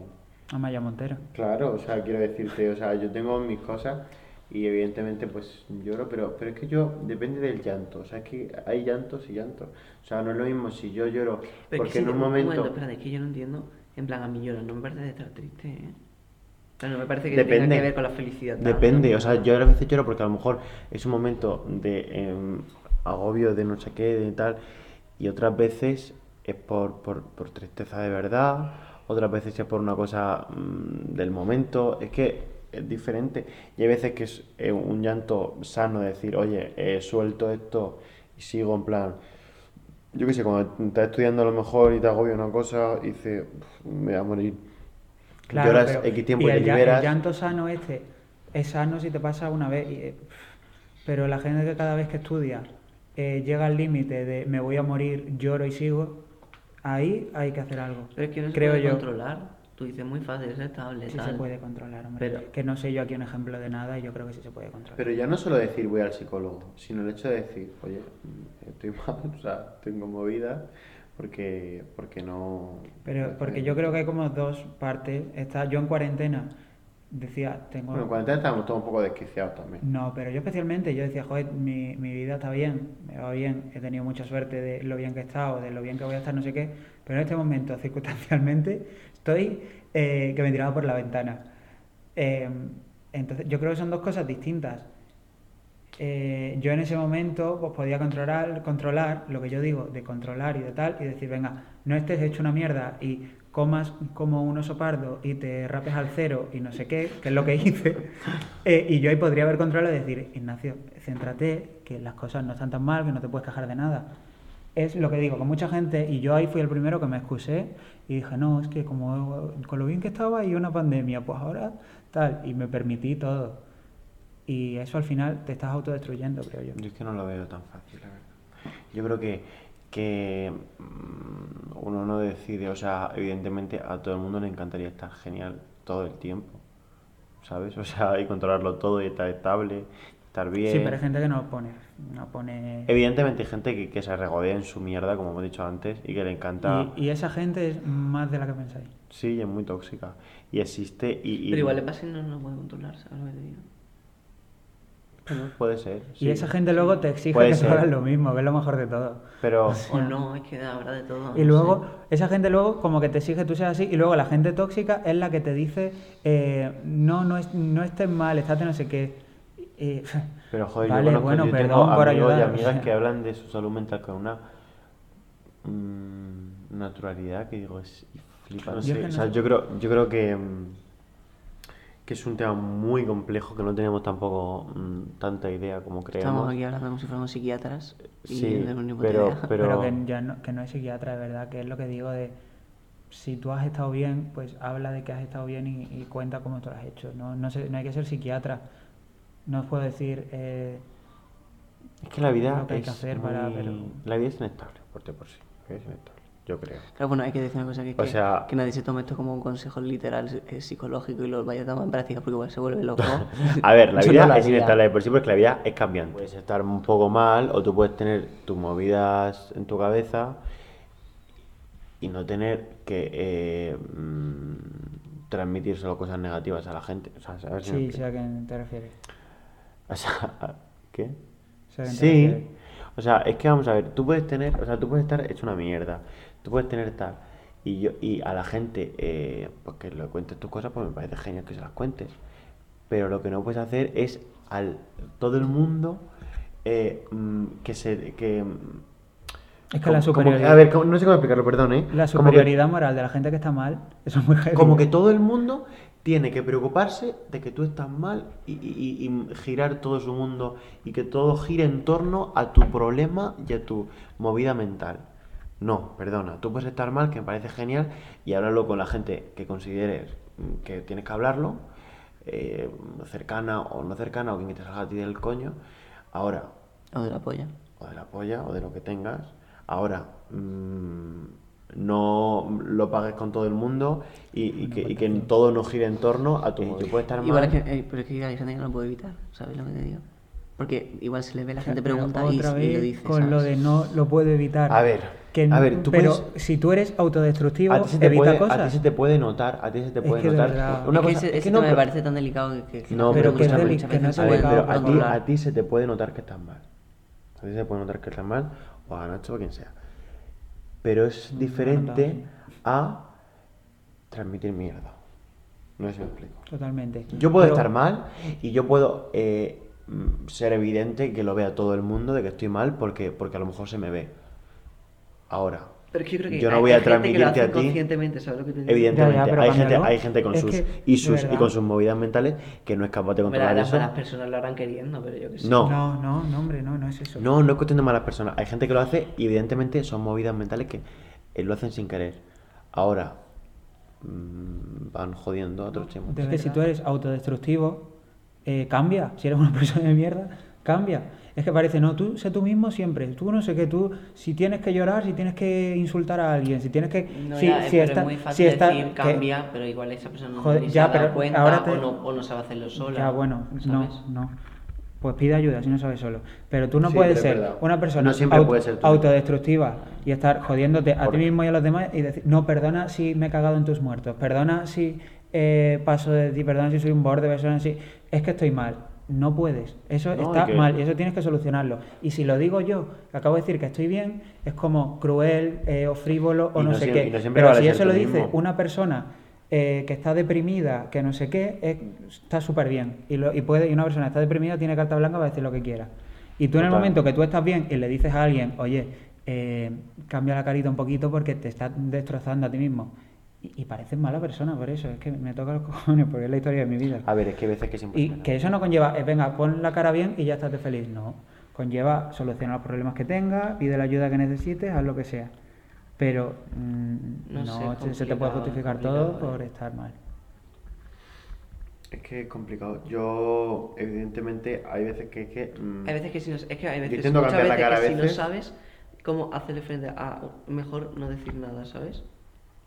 Speaker 2: A Maya Montero.
Speaker 1: Claro, o sea, quiero decirte, o sea, yo tengo mis cosas y evidentemente pues lloro, pero, pero es que yo, depende del llanto, o sea, es que hay llantos y llantos. O sea, no es lo mismo si yo lloro,
Speaker 3: Pero es
Speaker 1: porque
Speaker 3: que
Speaker 1: en
Speaker 3: sí,
Speaker 1: un
Speaker 3: que-
Speaker 1: momento...
Speaker 3: espérate, es que yo no entiendo. En plan, a mí llorar no me parece de estar triste, ¿eh? O sea, no me parece que tenga
Speaker 1: Depende.
Speaker 3: que ver con la felicidad. tanto.
Speaker 1: Depende, o sea, yo a veces lloro porque a lo mejor es un momento de em, agobio, de no sé qué, de tal, y otras veces es por, por, por tristeza de verdad, otras veces es por una cosa mm, del momento, es que es diferente. Y hay veces que es eh, un llanto sano de decir, oye, eh, suelto esto y sigo en plan, yo qué sé, cuando estás estudiando a lo mejor y te agobia una cosa, y dices, "Uf, me voy a morir. Lloras
Speaker 2: pero-
Speaker 1: X tiempo y, te
Speaker 2: el, llan- el
Speaker 1: liberas.
Speaker 2: llanto sano este es sano si te pasa una vez. y, eh, pero la gente que cada vez que estudia eh, llega al límite de me voy a morir, lloro y sigo, ahí hay que hacer algo.
Speaker 3: Pero es que no se
Speaker 2: creo
Speaker 3: puede
Speaker 2: yo.
Speaker 3: controlar. Tú dices muy fácil, es estable.
Speaker 2: Sí
Speaker 3: tal.
Speaker 2: se puede controlar, hombre.
Speaker 3: Pero-
Speaker 2: Que no sé yo aquí un ejemplo de nada y yo creo que sí se puede controlar.
Speaker 1: Pero ya no solo decir voy al psicólogo, sino el hecho de decir, oye, mm, estoy mal, o sea, tengo movida, porque, porque no...
Speaker 2: Pero porque yo creo que hay como dos partes. Está yo en cuarentena, decía, tengo...
Speaker 1: Bueno, en cuarentena estábamos todos un poco desquiciados también.
Speaker 2: No, pero yo especialmente, yo decía, joder, mi, mi vida está bien, me va bien, he tenido mucha suerte de lo bien que he estado, de lo bien que voy a estar, no sé qué, pero en este momento, circunstancialmente, estoy eh, que me he tirado por la ventana. Eh, entonces, yo creo que son dos cosas distintas. Eh, yo en ese momento pues, podía controlar, controlar lo que yo digo, de controlar y de tal, y decir, venga, no estés hecho una mierda y comas como un oso pardo y te rapes al cero y no sé qué, que es lo que hice. Eh, y yo ahí podría haber controlado y decir, Ignacio, céntrate, que las cosas no están tan mal, que no te puedes quejar de nada. Es lo que digo con mucha gente, y yo ahí fui el primero que me excusé y dije, no, es que como con lo bien que estaba y una pandemia, pues ahora tal, y me permití todo. Y eso al final te estás autodestruyendo, creo yo.
Speaker 1: Yo es que no lo veo tan fácil, la verdad. Yo creo que, que mm, uno no decide, o sea, evidentemente a todo el mundo le encantaría estar genial todo el tiempo, ¿sabes? O sea, y controlarlo todo y estar estable, estar bien.
Speaker 2: Sí, pero hay gente que no pone, no pone...
Speaker 1: Evidentemente hay gente que, que se regodea en su mierda, como hemos dicho antes, y que le encanta...
Speaker 2: Y, y esa gente es más de la que pensáis.
Speaker 1: Sí, y es muy tóxica. Y existe y... y-
Speaker 3: Pero igual le pasa y no lo puede controlar, ¿sabes lo que te digo?
Speaker 1: Puede ser.
Speaker 2: y
Speaker 1: sí.
Speaker 2: esa gente luego te exige
Speaker 1: Puede
Speaker 2: que
Speaker 1: ser.
Speaker 2: tú hagas lo mismo, que es lo mejor de todo.
Speaker 1: Pero...
Speaker 3: O no, es que habrá de todo.
Speaker 2: Y
Speaker 3: no
Speaker 2: luego,
Speaker 3: sé.
Speaker 2: esa gente luego como que te exige tú seas así, y luego la gente tóxica es la que te dice, eh, no, no, es, no estés mal, estate no sé qué. Eh,
Speaker 1: Pero joder,
Speaker 2: vale,
Speaker 1: yo conozco,
Speaker 2: bueno,
Speaker 1: yo tengo
Speaker 2: perdón por
Speaker 1: amigos
Speaker 2: ayudar,
Speaker 1: y
Speaker 2: o
Speaker 1: amigas
Speaker 2: sea.
Speaker 1: que hablan de su salud mental con una mm, naturalidad que digo, es Flipa,
Speaker 2: Yo
Speaker 1: sí.
Speaker 2: es que no
Speaker 1: O sea,
Speaker 2: sé.
Speaker 1: yo creo, yo creo que, mm, que es un tema muy complejo que no tenemos tampoco mm, tanta idea como
Speaker 3: Estamos
Speaker 1: creemos.
Speaker 3: aquí hablando como si fuéramos psiquiatras y
Speaker 1: Sí,
Speaker 3: no tenemos ni puta
Speaker 1: pero-
Speaker 3: idea.
Speaker 1: pero-
Speaker 2: Pero que, ya no, que no es psiquiatra, de verdad, que es lo que digo de si tú has estado bien, pues habla de que has estado bien y, y cuenta cómo tú lo has hecho. No, no, sé- no hay que ser psiquiatra. No os puedo decir, eh,
Speaker 1: Es que la vida
Speaker 2: lo que hay que
Speaker 1: es
Speaker 2: hacer para-
Speaker 1: muy-
Speaker 2: pero-
Speaker 1: La vida es inestable, por de por sí. La vida es inestable, yo creo.
Speaker 3: Claro, bueno, hay que decir una cosa que, es
Speaker 1: O
Speaker 3: que,
Speaker 1: sea-
Speaker 3: que nadie se tome esto como un consejo literal eh, psicológico y lo vaya a tomar en práctica porque igual se vuelve loco.
Speaker 1: A ver, la
Speaker 3: Eso
Speaker 1: vida
Speaker 3: no es
Speaker 1: es inestable de por sí porque la vida es cambiante. Puedes estar un poco mal o tú puedes tener tus movidas en tu cabeza y no tener que eh, mm, transmitir solo cosas negativas a la gente. O sea, ¿sabes si me
Speaker 2: sí, sé
Speaker 1: explico?
Speaker 2: a quién te refieres.
Speaker 1: O sea, ¿qué?
Speaker 2: sé a quién te refieres.
Speaker 1: Sí. O sea, es que vamos a ver, tú puedes tener, o sea, tú puedes estar hecho una mierda, tú puedes tener tal. Y yo, y a la gente, eh, pues que le cuentes tus cosas, pues me parece genial que se las cuentes. Pero lo que no puedes hacer es al todo el mundo eh, mm, que se que mm,
Speaker 2: Es que
Speaker 1: como-
Speaker 2: la
Speaker 1: como
Speaker 2: superioridad,
Speaker 1: a ver, como- no sé cómo explicarlo, perdón, eh.
Speaker 2: la
Speaker 1: Como que-
Speaker 2: superioridad moral de la gente que está mal, eso es muy heavy.
Speaker 1: como que todo el mundo tiene que preocuparse de que tú estás mal y, y- y- y girar todo su mundo y que todo gire en torno a tu problema y a tu movida mental. No, perdona, tú puedes estar mal, que me parece genial, y háblalo con la gente que consideres mm, que tienes que hablarlo, eh, cercana o no cercana, o quien te salga a ti del coño. Ahora,
Speaker 3: O de la polla.
Speaker 1: o de la polla o de lo que tengas. Ahora, mm, no lo pagues con todo el mundo y, y que, y que en todo no gire en torno a tu movida. Tú puedes estar mal.
Speaker 3: Eh, Igual es que, eh, pero es que hay gente que no lo puede evitar, ¿sabes lo que te digo? Porque igual se le ve la gente
Speaker 2: Pero
Speaker 3: pregunta
Speaker 2: otra
Speaker 3: y, y lo
Speaker 2: vez
Speaker 3: dice.
Speaker 2: Con
Speaker 3: ¿sabes?
Speaker 2: lo de no lo puedo evitar.
Speaker 1: A ver,
Speaker 2: Que-
Speaker 1: a ver, tú
Speaker 2: pero
Speaker 1: puedes-
Speaker 2: si tú eres autodestructivo,
Speaker 1: a ti se te
Speaker 2: evita
Speaker 1: puede, a
Speaker 2: cosas.
Speaker 1: ti se te puede notar, a ti se te
Speaker 2: Es
Speaker 1: puede
Speaker 2: que de
Speaker 1: notar.
Speaker 2: verdad-
Speaker 1: Una
Speaker 3: es que
Speaker 1: cosa-
Speaker 3: ese,
Speaker 1: es
Speaker 3: ese
Speaker 1: que no,
Speaker 3: tema me
Speaker 1: pero-
Speaker 3: parece tan delicado que, que- que
Speaker 1: No,
Speaker 3: la
Speaker 1: pero
Speaker 3: gente
Speaker 1: que
Speaker 3: muchas
Speaker 1: es
Speaker 3: veces-
Speaker 2: deli- que no es
Speaker 1: A ver,
Speaker 2: delicado
Speaker 1: pero a
Speaker 2: por
Speaker 1: ti,
Speaker 2: hablar.
Speaker 1: a ti se te puede notar que estás mal. A ti se te puede notar que estás mal, o a Nacho, o a quien sea. Pero
Speaker 3: Mm,
Speaker 1: es diferente a transmitir mierda. No sé si me explico.
Speaker 2: Totalmente.
Speaker 1: Yo puedo
Speaker 2: Pero-
Speaker 1: estar mal y yo puedo eh, mm, ser evidente que lo vea todo el mundo de que estoy mal porque, porque a lo mejor se me ve. Ahora,
Speaker 3: Pero es que yo creo que
Speaker 1: yo no
Speaker 3: hay-
Speaker 1: voy a
Speaker 3: hay gente que lo
Speaker 1: transmitirte
Speaker 3: hace
Speaker 1: a ti.
Speaker 3: inconscientemente, ¿sabes lo que te digo?
Speaker 1: Evidentemente,
Speaker 2: Ya, ya, pero
Speaker 1: hay, gente,
Speaker 2: cámbialo.
Speaker 1: hay gente con
Speaker 2: Es
Speaker 1: sus,
Speaker 2: que,
Speaker 1: y
Speaker 2: de
Speaker 1: sus y
Speaker 2: verdad.
Speaker 1: con sus movidas mentales que no es capaz de
Speaker 3: Verá,
Speaker 1: controlar
Speaker 3: las
Speaker 1: eso.
Speaker 3: malas personas lo harán queriendo, pero yo qué sé.
Speaker 1: No.
Speaker 2: No, no, no, hombre, no, no es eso.
Speaker 1: No, no es cuestión de malas personas. Hay gente que lo hace y evidentemente son movidas mentales que eh, lo hacen sin querer. Ahora mm, van jodiendo a otros chemos.
Speaker 2: Es que si tú eres autodestructivo, eh, cambia. Si eres una persona de mierda, cambia. Es que parece, no, tú sé tú mismo siempre. Tú no sé qué, tú, si tienes que llorar, si tienes que insultar a alguien, si tienes que.
Speaker 3: No,
Speaker 2: si,
Speaker 3: ya,
Speaker 2: si
Speaker 3: pero
Speaker 2: está-
Speaker 3: es muy fácil
Speaker 2: si está-
Speaker 3: decir
Speaker 2: que-
Speaker 3: cambia, pero igual esa persona
Speaker 2: Joder,
Speaker 3: no se
Speaker 2: ya,
Speaker 3: ha dado
Speaker 2: pero
Speaker 3: cuenta
Speaker 2: ahora te-
Speaker 3: o, no, o no sabe hacerlo sola.
Speaker 2: Ya, bueno, no,
Speaker 3: ¿sabes?
Speaker 2: no. Pues pide ayuda si no sabes solo. Pero tú no
Speaker 1: Sí,
Speaker 2: puedes
Speaker 1: es
Speaker 2: ser
Speaker 1: verdad.
Speaker 2: una persona
Speaker 1: No siempre
Speaker 2: auto-
Speaker 1: puedes ser tú mismo.
Speaker 2: autodestructiva y estar jodiéndote a
Speaker 1: Por-
Speaker 2: ti mismo y a los demás y decir, no, perdona si me he cagado en tus muertos, perdona si eh, paso de ti, perdona si soy un borde, perdona si... Es que estoy mal. No puedes. Eso
Speaker 1: No, y
Speaker 2: está
Speaker 1: que-
Speaker 2: mal y eso tienes que solucionarlo. Y si lo digo yo, que acabo de decir que estoy bien, es como cruel eh, o frívolo o
Speaker 1: Y
Speaker 2: no,
Speaker 1: no
Speaker 2: sé
Speaker 1: siem-
Speaker 2: qué.
Speaker 1: y no siempre
Speaker 2: Pero
Speaker 1: vale
Speaker 2: si
Speaker 1: ser
Speaker 2: eso lo
Speaker 1: tú
Speaker 2: dice
Speaker 1: mismo.
Speaker 2: una persona eh, que está deprimida, que no sé qué, es- está súper bien. Y, lo- y puede, y una persona que está deprimida tiene carta blanca para decir lo que quiera. Y tú en el
Speaker 1: Total.
Speaker 2: momento que tú estás bien y le dices a alguien, oye, eh, cambia la carita un poquito porque te estás destrozando a ti mismo. Y, y pareces mala persona por eso. Es que me toca los cojones porque es la historia de mi vida.
Speaker 1: A ver, es que hay veces que siempre.
Speaker 2: Y que eso no conlleva, eh, venga, pon la cara bien y ya estás de feliz. No. Conlleva solucionar los problemas que tengas, pide la ayuda que necesites, haz lo que sea. Pero mm,
Speaker 3: No
Speaker 2: no,
Speaker 3: sé,
Speaker 2: se- se te puede
Speaker 3: complicado,
Speaker 2: justificar todo
Speaker 3: complicado, eh.
Speaker 2: por estar mal.
Speaker 1: Es que es complicado. Yo, evidentemente, hay veces que. que mm,
Speaker 3: Hay veces que si no, es que hay veces,
Speaker 1: intento
Speaker 3: muchas
Speaker 1: cambiar la
Speaker 3: veces
Speaker 1: cara a
Speaker 3: que si no
Speaker 1: veces.
Speaker 3: sabes cómo hacerle frente a mejor no decir nada, ¿sabes?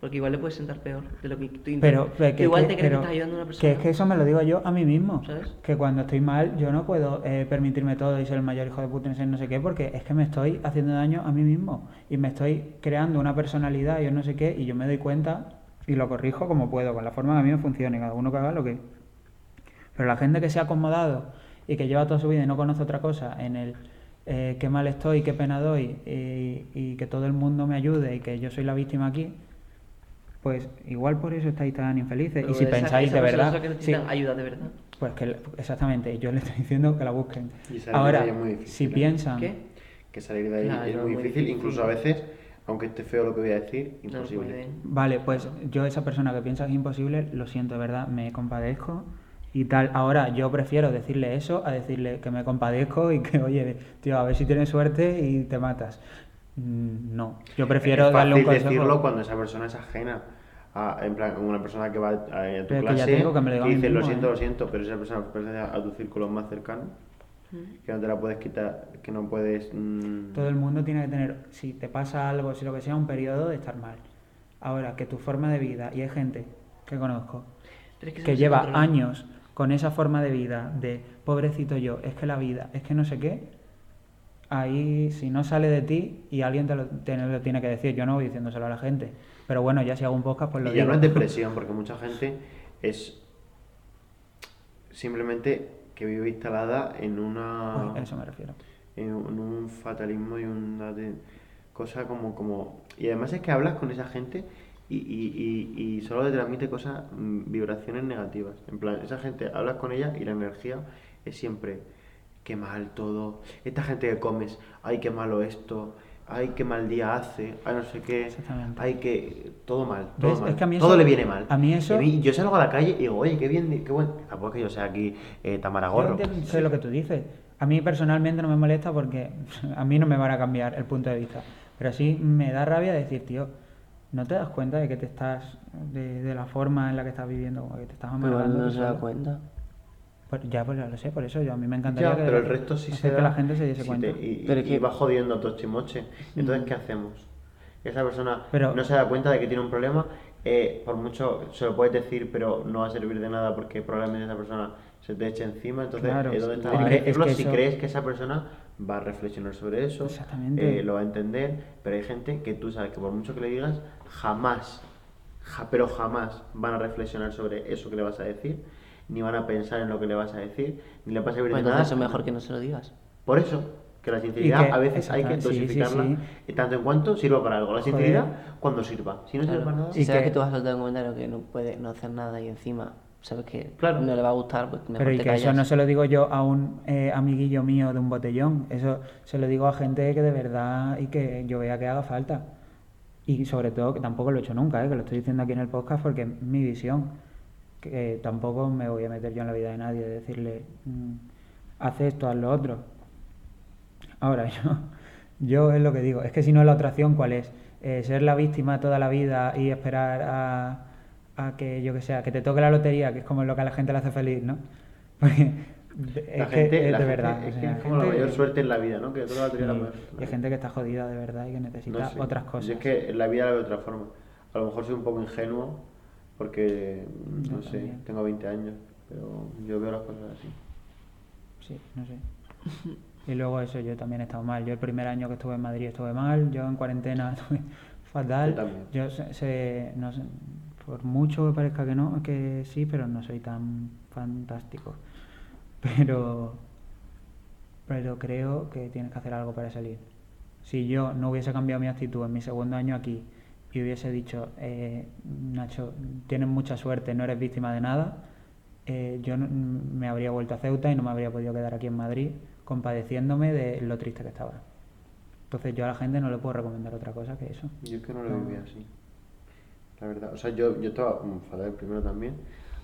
Speaker 3: Porque igual le puedes sentar peor de lo que tú intentas.
Speaker 2: Pero
Speaker 3: Tú
Speaker 2: pero eh, que,
Speaker 3: igual
Speaker 2: que-
Speaker 3: te crees
Speaker 2: pero
Speaker 3: que estás ayudando a una persona.
Speaker 2: que es que eso me lo digo yo a mí mismo.
Speaker 3: ¿Sabes?
Speaker 2: Que cuando estoy mal, yo no puedo eh, permitirme todo y ser el mayor hijo de puta y ser no sé qué, porque es que me estoy haciendo daño a mí mismo. Y me estoy creando una personalidad y un no sé qué, y yo me doy cuenta y lo corrijo como puedo, con la forma que a mí me funcione, cada uno que haga lo que. Pero la gente que se ha acomodado y que lleva toda su vida y no conoce otra cosa en el eh, qué mal estoy, qué pena doy y, y que todo el mundo me ayude y que yo soy la víctima aquí, pues igual por eso estáis tan infelices.
Speaker 3: Pero
Speaker 2: y si
Speaker 3: esa-
Speaker 2: pensáis
Speaker 3: esa
Speaker 2: de
Speaker 3: persona
Speaker 2: verdad,
Speaker 3: es la que
Speaker 2: sí,
Speaker 3: necesitan ayuda de verdad.
Speaker 2: pues que exactamente, yo le estoy diciendo que la busquen.
Speaker 1: Y salir de
Speaker 2: Ahora,
Speaker 1: ahí es muy difícil,
Speaker 2: si
Speaker 1: ¿eh?
Speaker 2: piensan,
Speaker 3: ¿Qué? pues
Speaker 1: que salir de ahí
Speaker 3: Claro,
Speaker 1: es
Speaker 3: es
Speaker 1: muy
Speaker 3: muy
Speaker 1: difícil,
Speaker 3: difícil.
Speaker 1: incluso a veces, aunque esté feo lo que voy a decir,
Speaker 3: No lo
Speaker 1: imposible.
Speaker 3: pueden.
Speaker 2: Vale, pues yo esa persona que piensa que es imposible, lo siento, de verdad, me compadezco y tal. Ahora yo prefiero decirle eso a decirle que me compadezco y que, oye, tío, a ver si tienes suerte y te matas. Mm, No, yo prefiero
Speaker 1: es
Speaker 2: darle un
Speaker 1: fácil
Speaker 2: consejo.
Speaker 1: decirlo cuando esa persona es ajena. a- en plan, como una persona que va a, a tu
Speaker 2: Pero que ya
Speaker 1: clase
Speaker 2: te digo que me lo digo a mí
Speaker 1: dice, lo
Speaker 2: mismo,
Speaker 1: siento,
Speaker 2: ¿eh?"
Speaker 1: lo siento, pero esa persona pertenece a tu círculo más cercano,
Speaker 3: Mm.
Speaker 1: que no te la puedes quitar, que no puedes... mm,
Speaker 2: Todo el mundo tiene que tener, si te pasa algo, si lo que sea, un periodo de estar mal. Ahora, que tu forma de vida, y hay gente que conozco,
Speaker 3: Pero es que eso
Speaker 2: que
Speaker 3: no se
Speaker 2: lleva
Speaker 3: controla.
Speaker 2: años con esa forma de vida de pobrecito yo, es que la vida, es que no sé qué, ahí si no sale de ti y alguien te lo, te lo tiene que decir, yo no voy diciéndoselo a la gente, pero bueno, ya si hago un podcast pues lo
Speaker 1: y ya
Speaker 2: digo.
Speaker 1: no es depresión, porque mucha gente es simplemente que vive instalada en una...
Speaker 2: Uy, a Pues, eso me refiero.
Speaker 1: en un, en un fatalismo y una de- cosa como, como... Y además es que hablas con esa gente y, y, y, y solo te transmite cosas, mm, vibraciones negativas. En plan, esa gente, hablas con ella y la energía es siempre, qué mal todo, esta gente que comes, ay, qué malo esto, ay, qué mal día hace, ay, no sé qué,
Speaker 2: Exactamente.
Speaker 1: ay, que todo mal, todo
Speaker 2: ¿Ves?
Speaker 1: mal,
Speaker 2: Es que a mí
Speaker 1: todo
Speaker 2: eso-
Speaker 1: le viene mal.
Speaker 2: a mí eso-
Speaker 1: Y vi- yo salgo a la calle y digo, oye, qué bien, qué bueno, tampoco es que yo sea aquí eh, Tamara Gorro.
Speaker 2: Yo entiendo lo que tú dices. A mí personalmente no me molesta porque a mí no me van a cambiar el punto de vista. Pero sí me da rabia decir, tío, ¿no te das cuenta de que te estás, de, de la forma en la que estás viviendo, como que te estás
Speaker 3: Pero
Speaker 2: amargando?
Speaker 3: no
Speaker 2: tú
Speaker 3: se da
Speaker 2: solo?
Speaker 3: cuenta.
Speaker 2: Pues ya, pues ya lo sé, por eso yo a mí me encantaría
Speaker 1: Ya,
Speaker 2: que,
Speaker 1: pero el resto sí se
Speaker 2: hacer
Speaker 1: da,
Speaker 2: que la gente se diese
Speaker 1: sí
Speaker 2: cuenta.
Speaker 1: te- y,
Speaker 3: Pero es
Speaker 1: y
Speaker 3: que-
Speaker 1: va jodiendo a todos chimoches. Entonces, ¿qué hacemos? Esa persona
Speaker 2: Pero-
Speaker 1: no se da cuenta de que tiene un problema. eh, por mucho se lo puedes decir, pero no va a servir de nada porque probablemente esa persona se te eche encima. Entonces,
Speaker 2: Claro,
Speaker 1: eh, ¿dónde está?
Speaker 2: es
Speaker 1: el
Speaker 2: que-
Speaker 1: ejemplo?
Speaker 2: es que
Speaker 1: si
Speaker 2: eso-
Speaker 1: crees que esa persona va a reflexionar sobre eso,
Speaker 2: Exactamente.
Speaker 1: eh, lo va a entender, pero hay gente que tú sabes que por mucho que le digas, jamás, ja- pero jamás van a reflexionar sobre eso que le vas a decir, ni van a pensar en lo que le vas a decir, ni le vas a servir
Speaker 3: Pues
Speaker 1: de nada.
Speaker 3: entonces es mejor que no se lo digas.
Speaker 1: Por eso, que la sinceridad
Speaker 2: Y que-
Speaker 1: a veces hay que
Speaker 2: exacta- sí, sí,
Speaker 1: dosificarla,
Speaker 2: sí.
Speaker 1: eh, tanto en cuanto sirva para algo. La
Speaker 2: Joder.
Speaker 1: sinceridad cuando sirva. Si no sirve
Speaker 3: Claro.
Speaker 1: para nada,
Speaker 3: Si
Speaker 2: Y
Speaker 3: sabes
Speaker 2: que-
Speaker 3: que... tú vas a soltar un comentario que no puedes no hacer nada y encima sabes que
Speaker 1: Claro.
Speaker 3: no le va a gustar, pues mejor
Speaker 2: Pero y
Speaker 3: te
Speaker 2: que
Speaker 3: callas.
Speaker 2: eso no se lo digo yo a un eh, amiguillo mío de un botellón, eso se lo digo a gente que de verdad y que yo vea que haga falta. Y sobre todo que tampoco lo he hecho nunca, ¿eh? que lo estoy diciendo aquí en el podcast porque es mi visión, que tampoco me voy a meter yo en la vida de nadie, de decirle, mm, haz esto, haz lo otro. Ahora, yo, yo es lo que digo, es que si no la otra opción, ¿cuál es? Eh, ser la víctima toda la vida y esperar a, a que, yo que sea, que te toque la lotería, que es como lo que a la gente le hace feliz, ¿no? Porque es
Speaker 1: la
Speaker 2: que
Speaker 1: gente,
Speaker 2: es
Speaker 1: la
Speaker 2: de
Speaker 1: gente-
Speaker 2: verdad.
Speaker 1: es
Speaker 2: o
Speaker 1: que
Speaker 2: sea,
Speaker 1: es como la
Speaker 2: gente-
Speaker 1: mayor suerte en la vida, ¿no? Que tú la vas a tener la
Speaker 2: sí,
Speaker 1: mayor-
Speaker 2: y hay gente que está jodida de verdad y que
Speaker 1: No
Speaker 2: necesita
Speaker 1: sé.
Speaker 2: otras
Speaker 1: Yo
Speaker 2: cosas.
Speaker 1: es que en la vida la veo de otra forma. A lo mejor soy un poco ingenuo porque, mm,
Speaker 2: Yo
Speaker 1: no sé,
Speaker 2: también.
Speaker 1: tengo 20 años, pero yo veo las cosas así.
Speaker 2: Sí, no sé. Y luego eso, yo también he estado mal. Yo el primer año que estuve en Madrid estuve mal, yo en cuarentena estuve fatal.
Speaker 1: Yo también.
Speaker 2: Yo se- se- no sé, por mucho que parezca que no, que sí, pero no soy tan fantástico. Pero, pero creo que tienes que hacer algo para salir. Si yo no hubiese cambiado mi actitud en mi segundo año aquí y hubiese dicho, eh, Nacho, tienes mucha suerte, no eres víctima de nada, eh, yo no- me habría vuelto a Ceuta y no me habría podido quedar aquí en Madrid compadeciéndome de lo triste que estaba. Entonces yo a la gente no le puedo recomendar otra cosa que eso.
Speaker 1: Yo es que no lo
Speaker 2: No.
Speaker 1: viví así. La verdad. O sea, yo, yo estaba mm, fatal primero también.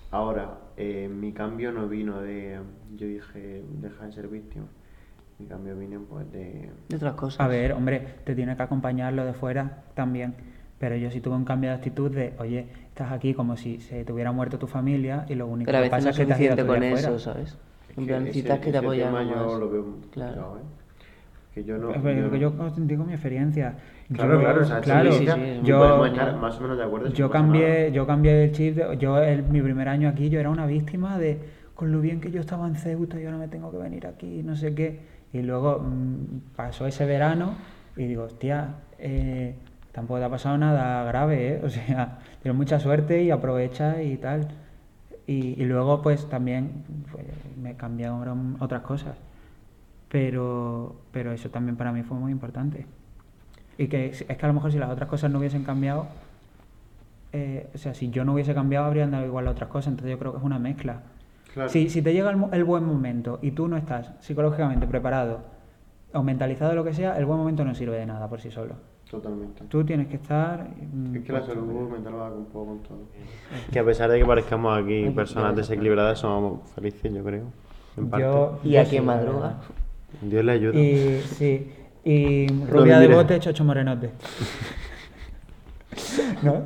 Speaker 1: Ahora, eh, mi cambio no vino de. Yo dije, deja de ser víctima. Mi cambio vino pues de.
Speaker 3: De otras cosas.
Speaker 2: A ver, hombre, te tiene que acompañar lo de fuera también. Pero yo sí tuve un cambio de actitud de, oye, estás aquí como si se te hubiera muerto tu familia y lo único
Speaker 3: Pero a
Speaker 2: que pasa
Speaker 3: veces no
Speaker 2: es
Speaker 3: es
Speaker 2: que te has ido
Speaker 3: suficiente
Speaker 2: tú
Speaker 3: con
Speaker 2: allá
Speaker 3: eso,
Speaker 2: afuera.
Speaker 3: ¿sabes?
Speaker 1: Es
Speaker 3: En plan,
Speaker 1: ese-
Speaker 3: necesitas que te
Speaker 1: ese
Speaker 3: apoyen
Speaker 1: tema yo
Speaker 3: más.
Speaker 1: lo veo muy
Speaker 3: Claro.
Speaker 1: complicado, ¿eh? Que yo no.
Speaker 2: Es ver,
Speaker 1: yo
Speaker 2: lo que
Speaker 1: no-
Speaker 2: yo os digo mi experiencia.
Speaker 1: Claro,
Speaker 2: Yo-
Speaker 1: claro, o sea,
Speaker 2: claro,
Speaker 1: sí, sí,
Speaker 3: sí,
Speaker 1: sí,
Speaker 2: yo-
Speaker 1: podemos estar más o menos de acuerdo. sin
Speaker 2: Yo
Speaker 1: pasar nada.
Speaker 2: cambié, yo cambié el chip, de- yo el- mi primer año aquí yo era una víctima de con lo bien que yo estaba en Ceuta y ahora me tengo que venir aquí, no sé qué. Y luego mm, pasó ese verano y digo, hostia, eh, tampoco te ha pasado nada grave, ¿eh? O sea, tienes mucha suerte y aprovecha y tal. Y, y luego pues también pues, me cambiaron otras cosas. Pero, pero eso también para mí fue muy importante. Y que es es que a lo mejor si las otras cosas no hubiesen cambiado, eh, o sea, si yo no hubiese cambiado, habrían dado igual las otras cosas. Entonces yo creo que es una mezcla.
Speaker 1: Claro.
Speaker 2: Si, si te llega el, mo- el buen momento y tú no estás psicológicamente preparado o mentalizado o lo que sea, el buen momento no sirve de nada por sí solo.
Speaker 1: Totalmente.
Speaker 2: Tú tienes que estar... mm,
Speaker 1: Es que la
Speaker 2: puesto,
Speaker 1: salud mental va un poco con todo. Que a pesar de que parezcamos aquí personas desequilibradas, somos felices, yo creo. En parte.
Speaker 2: Yo,
Speaker 3: Y
Speaker 2: yo
Speaker 3: aquí
Speaker 2: sí,
Speaker 3: en
Speaker 2: la
Speaker 3: madruga.
Speaker 1: Dios le ayuda.
Speaker 2: verdad. Y sí. Y rubia de
Speaker 1: mire.
Speaker 2: bote, chocho morenote. ¿No?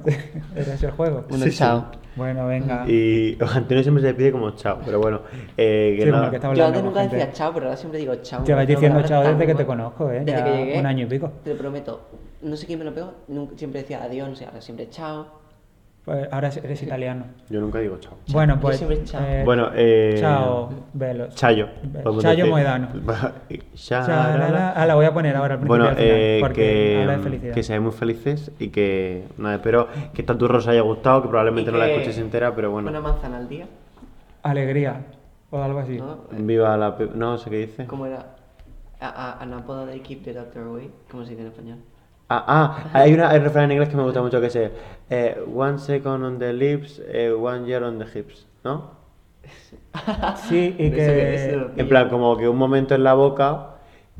Speaker 2: Era ese el juego.
Speaker 3: Bueno,
Speaker 1: Sí, sí.
Speaker 3: chao.
Speaker 2: Bueno, venga.
Speaker 1: Y Antonio siempre se despide como chao, pero bueno. eh, que
Speaker 2: Sí, bueno,
Speaker 1: nada.
Speaker 2: que está
Speaker 3: Yo
Speaker 2: hablando
Speaker 3: antes
Speaker 2: con
Speaker 3: nunca
Speaker 2: gente.
Speaker 3: decía chao, pero ahora siempre digo chao.
Speaker 2: Te vas
Speaker 3: Pero
Speaker 2: diciendo
Speaker 3: ahora
Speaker 2: chao
Speaker 3: tan
Speaker 2: desde que te
Speaker 3: guay.
Speaker 2: conozco, ¿eh?
Speaker 3: Desde
Speaker 2: Ya
Speaker 3: que llegué.
Speaker 2: un año y pico.
Speaker 3: Te lo prometo. No sé quién me lo pegó. nunca- siempre decía adiós, no sé, ahora siempre chao.
Speaker 2: Pues ahora eres italiano.
Speaker 1: Yo nunca digo chao.
Speaker 2: Bueno,
Speaker 3: Yo
Speaker 2: pues.
Speaker 3: siempre chao.
Speaker 2: eh,
Speaker 1: Bueno, eh,
Speaker 2: Chao, Velo.
Speaker 1: Chayo. podemos
Speaker 2: Chayo
Speaker 1: decir.
Speaker 2: Moedano.
Speaker 1: Cha-
Speaker 2: Chao, la, la. Ah, la voy a poner ahora al principio.
Speaker 1: Bueno,
Speaker 2: al final,
Speaker 1: eh,
Speaker 2: porque habla de
Speaker 1: que,
Speaker 2: felicidad.
Speaker 1: que seáis muy felices y que nada, espero que esta turra os haya gustado, que probablemente
Speaker 3: Y
Speaker 1: no la
Speaker 3: que
Speaker 1: escuchéis entera, pero bueno.
Speaker 3: Una manzana al día,
Speaker 2: Alegría. O algo así.
Speaker 3: ¿no?
Speaker 1: Viva la pe- no sé qué dice.
Speaker 3: ¿Cómo era? A, a, anapoda de Keep the Doctor Away. ¿Cómo se dice en español?
Speaker 1: Ah, ah, hay una hay un refrán en inglés que me gusta mucho que es eh, one second on the lips, eh, one year on the hips, ¿no?
Speaker 2: Sí, y
Speaker 3: No sé qué
Speaker 2: que-
Speaker 3: decirlo.
Speaker 1: En plan, como que un momento en la boca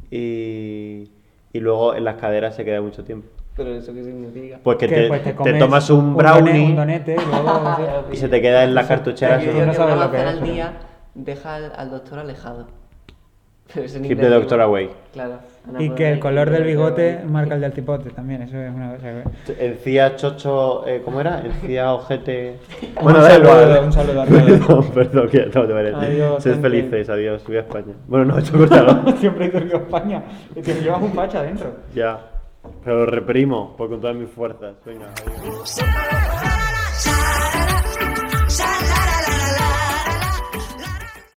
Speaker 1: y, y luego en las caderas se queda mucho tiempo.
Speaker 3: Pero eso qué significa.
Speaker 1: Pues que
Speaker 2: que,
Speaker 1: te,
Speaker 2: pues,
Speaker 1: te
Speaker 2: comes
Speaker 1: tomas un
Speaker 2: done-
Speaker 1: brownie
Speaker 2: un donete, y luego-
Speaker 1: y se te queda en la cartuchera.
Speaker 2: Yo
Speaker 3: Yo
Speaker 1: su-
Speaker 2: Pues no
Speaker 3: creo que
Speaker 2: sabes
Speaker 3: una
Speaker 2: lo que
Speaker 3: manzana
Speaker 2: es,
Speaker 3: al
Speaker 2: pero-
Speaker 3: día deja al, al doctor alejado. Pero eso en
Speaker 1: Keep the
Speaker 3: inglés digo-
Speaker 1: doctor away.
Speaker 3: Claro.
Speaker 2: y
Speaker 3: anapoda
Speaker 2: que
Speaker 3: de
Speaker 2: el
Speaker 3: Keep
Speaker 2: color
Speaker 3: the
Speaker 2: del
Speaker 3: Doctor
Speaker 2: bigote
Speaker 3: Away.
Speaker 2: marca el del cipote también. Eso es una cosa que.
Speaker 1: Encía chocho, eh, ¿cómo era? Encía ojete.
Speaker 2: Un
Speaker 1: Bueno, da
Speaker 2: saludo,
Speaker 1: igual.
Speaker 2: un saludo a todos.
Speaker 1: Perdón, perdón, que no te merece.
Speaker 2: Adiós,
Speaker 1: Sed
Speaker 2: gente.
Speaker 1: felices, adiós, viva España. Bueno, no, esto cortado.
Speaker 2: Siempre he dormido España. Y te llevas un pacha adentro.
Speaker 1: ya. Pero lo reprimo, por con todas mis fuerzas. Venga, adiós.
Speaker 4: Somebody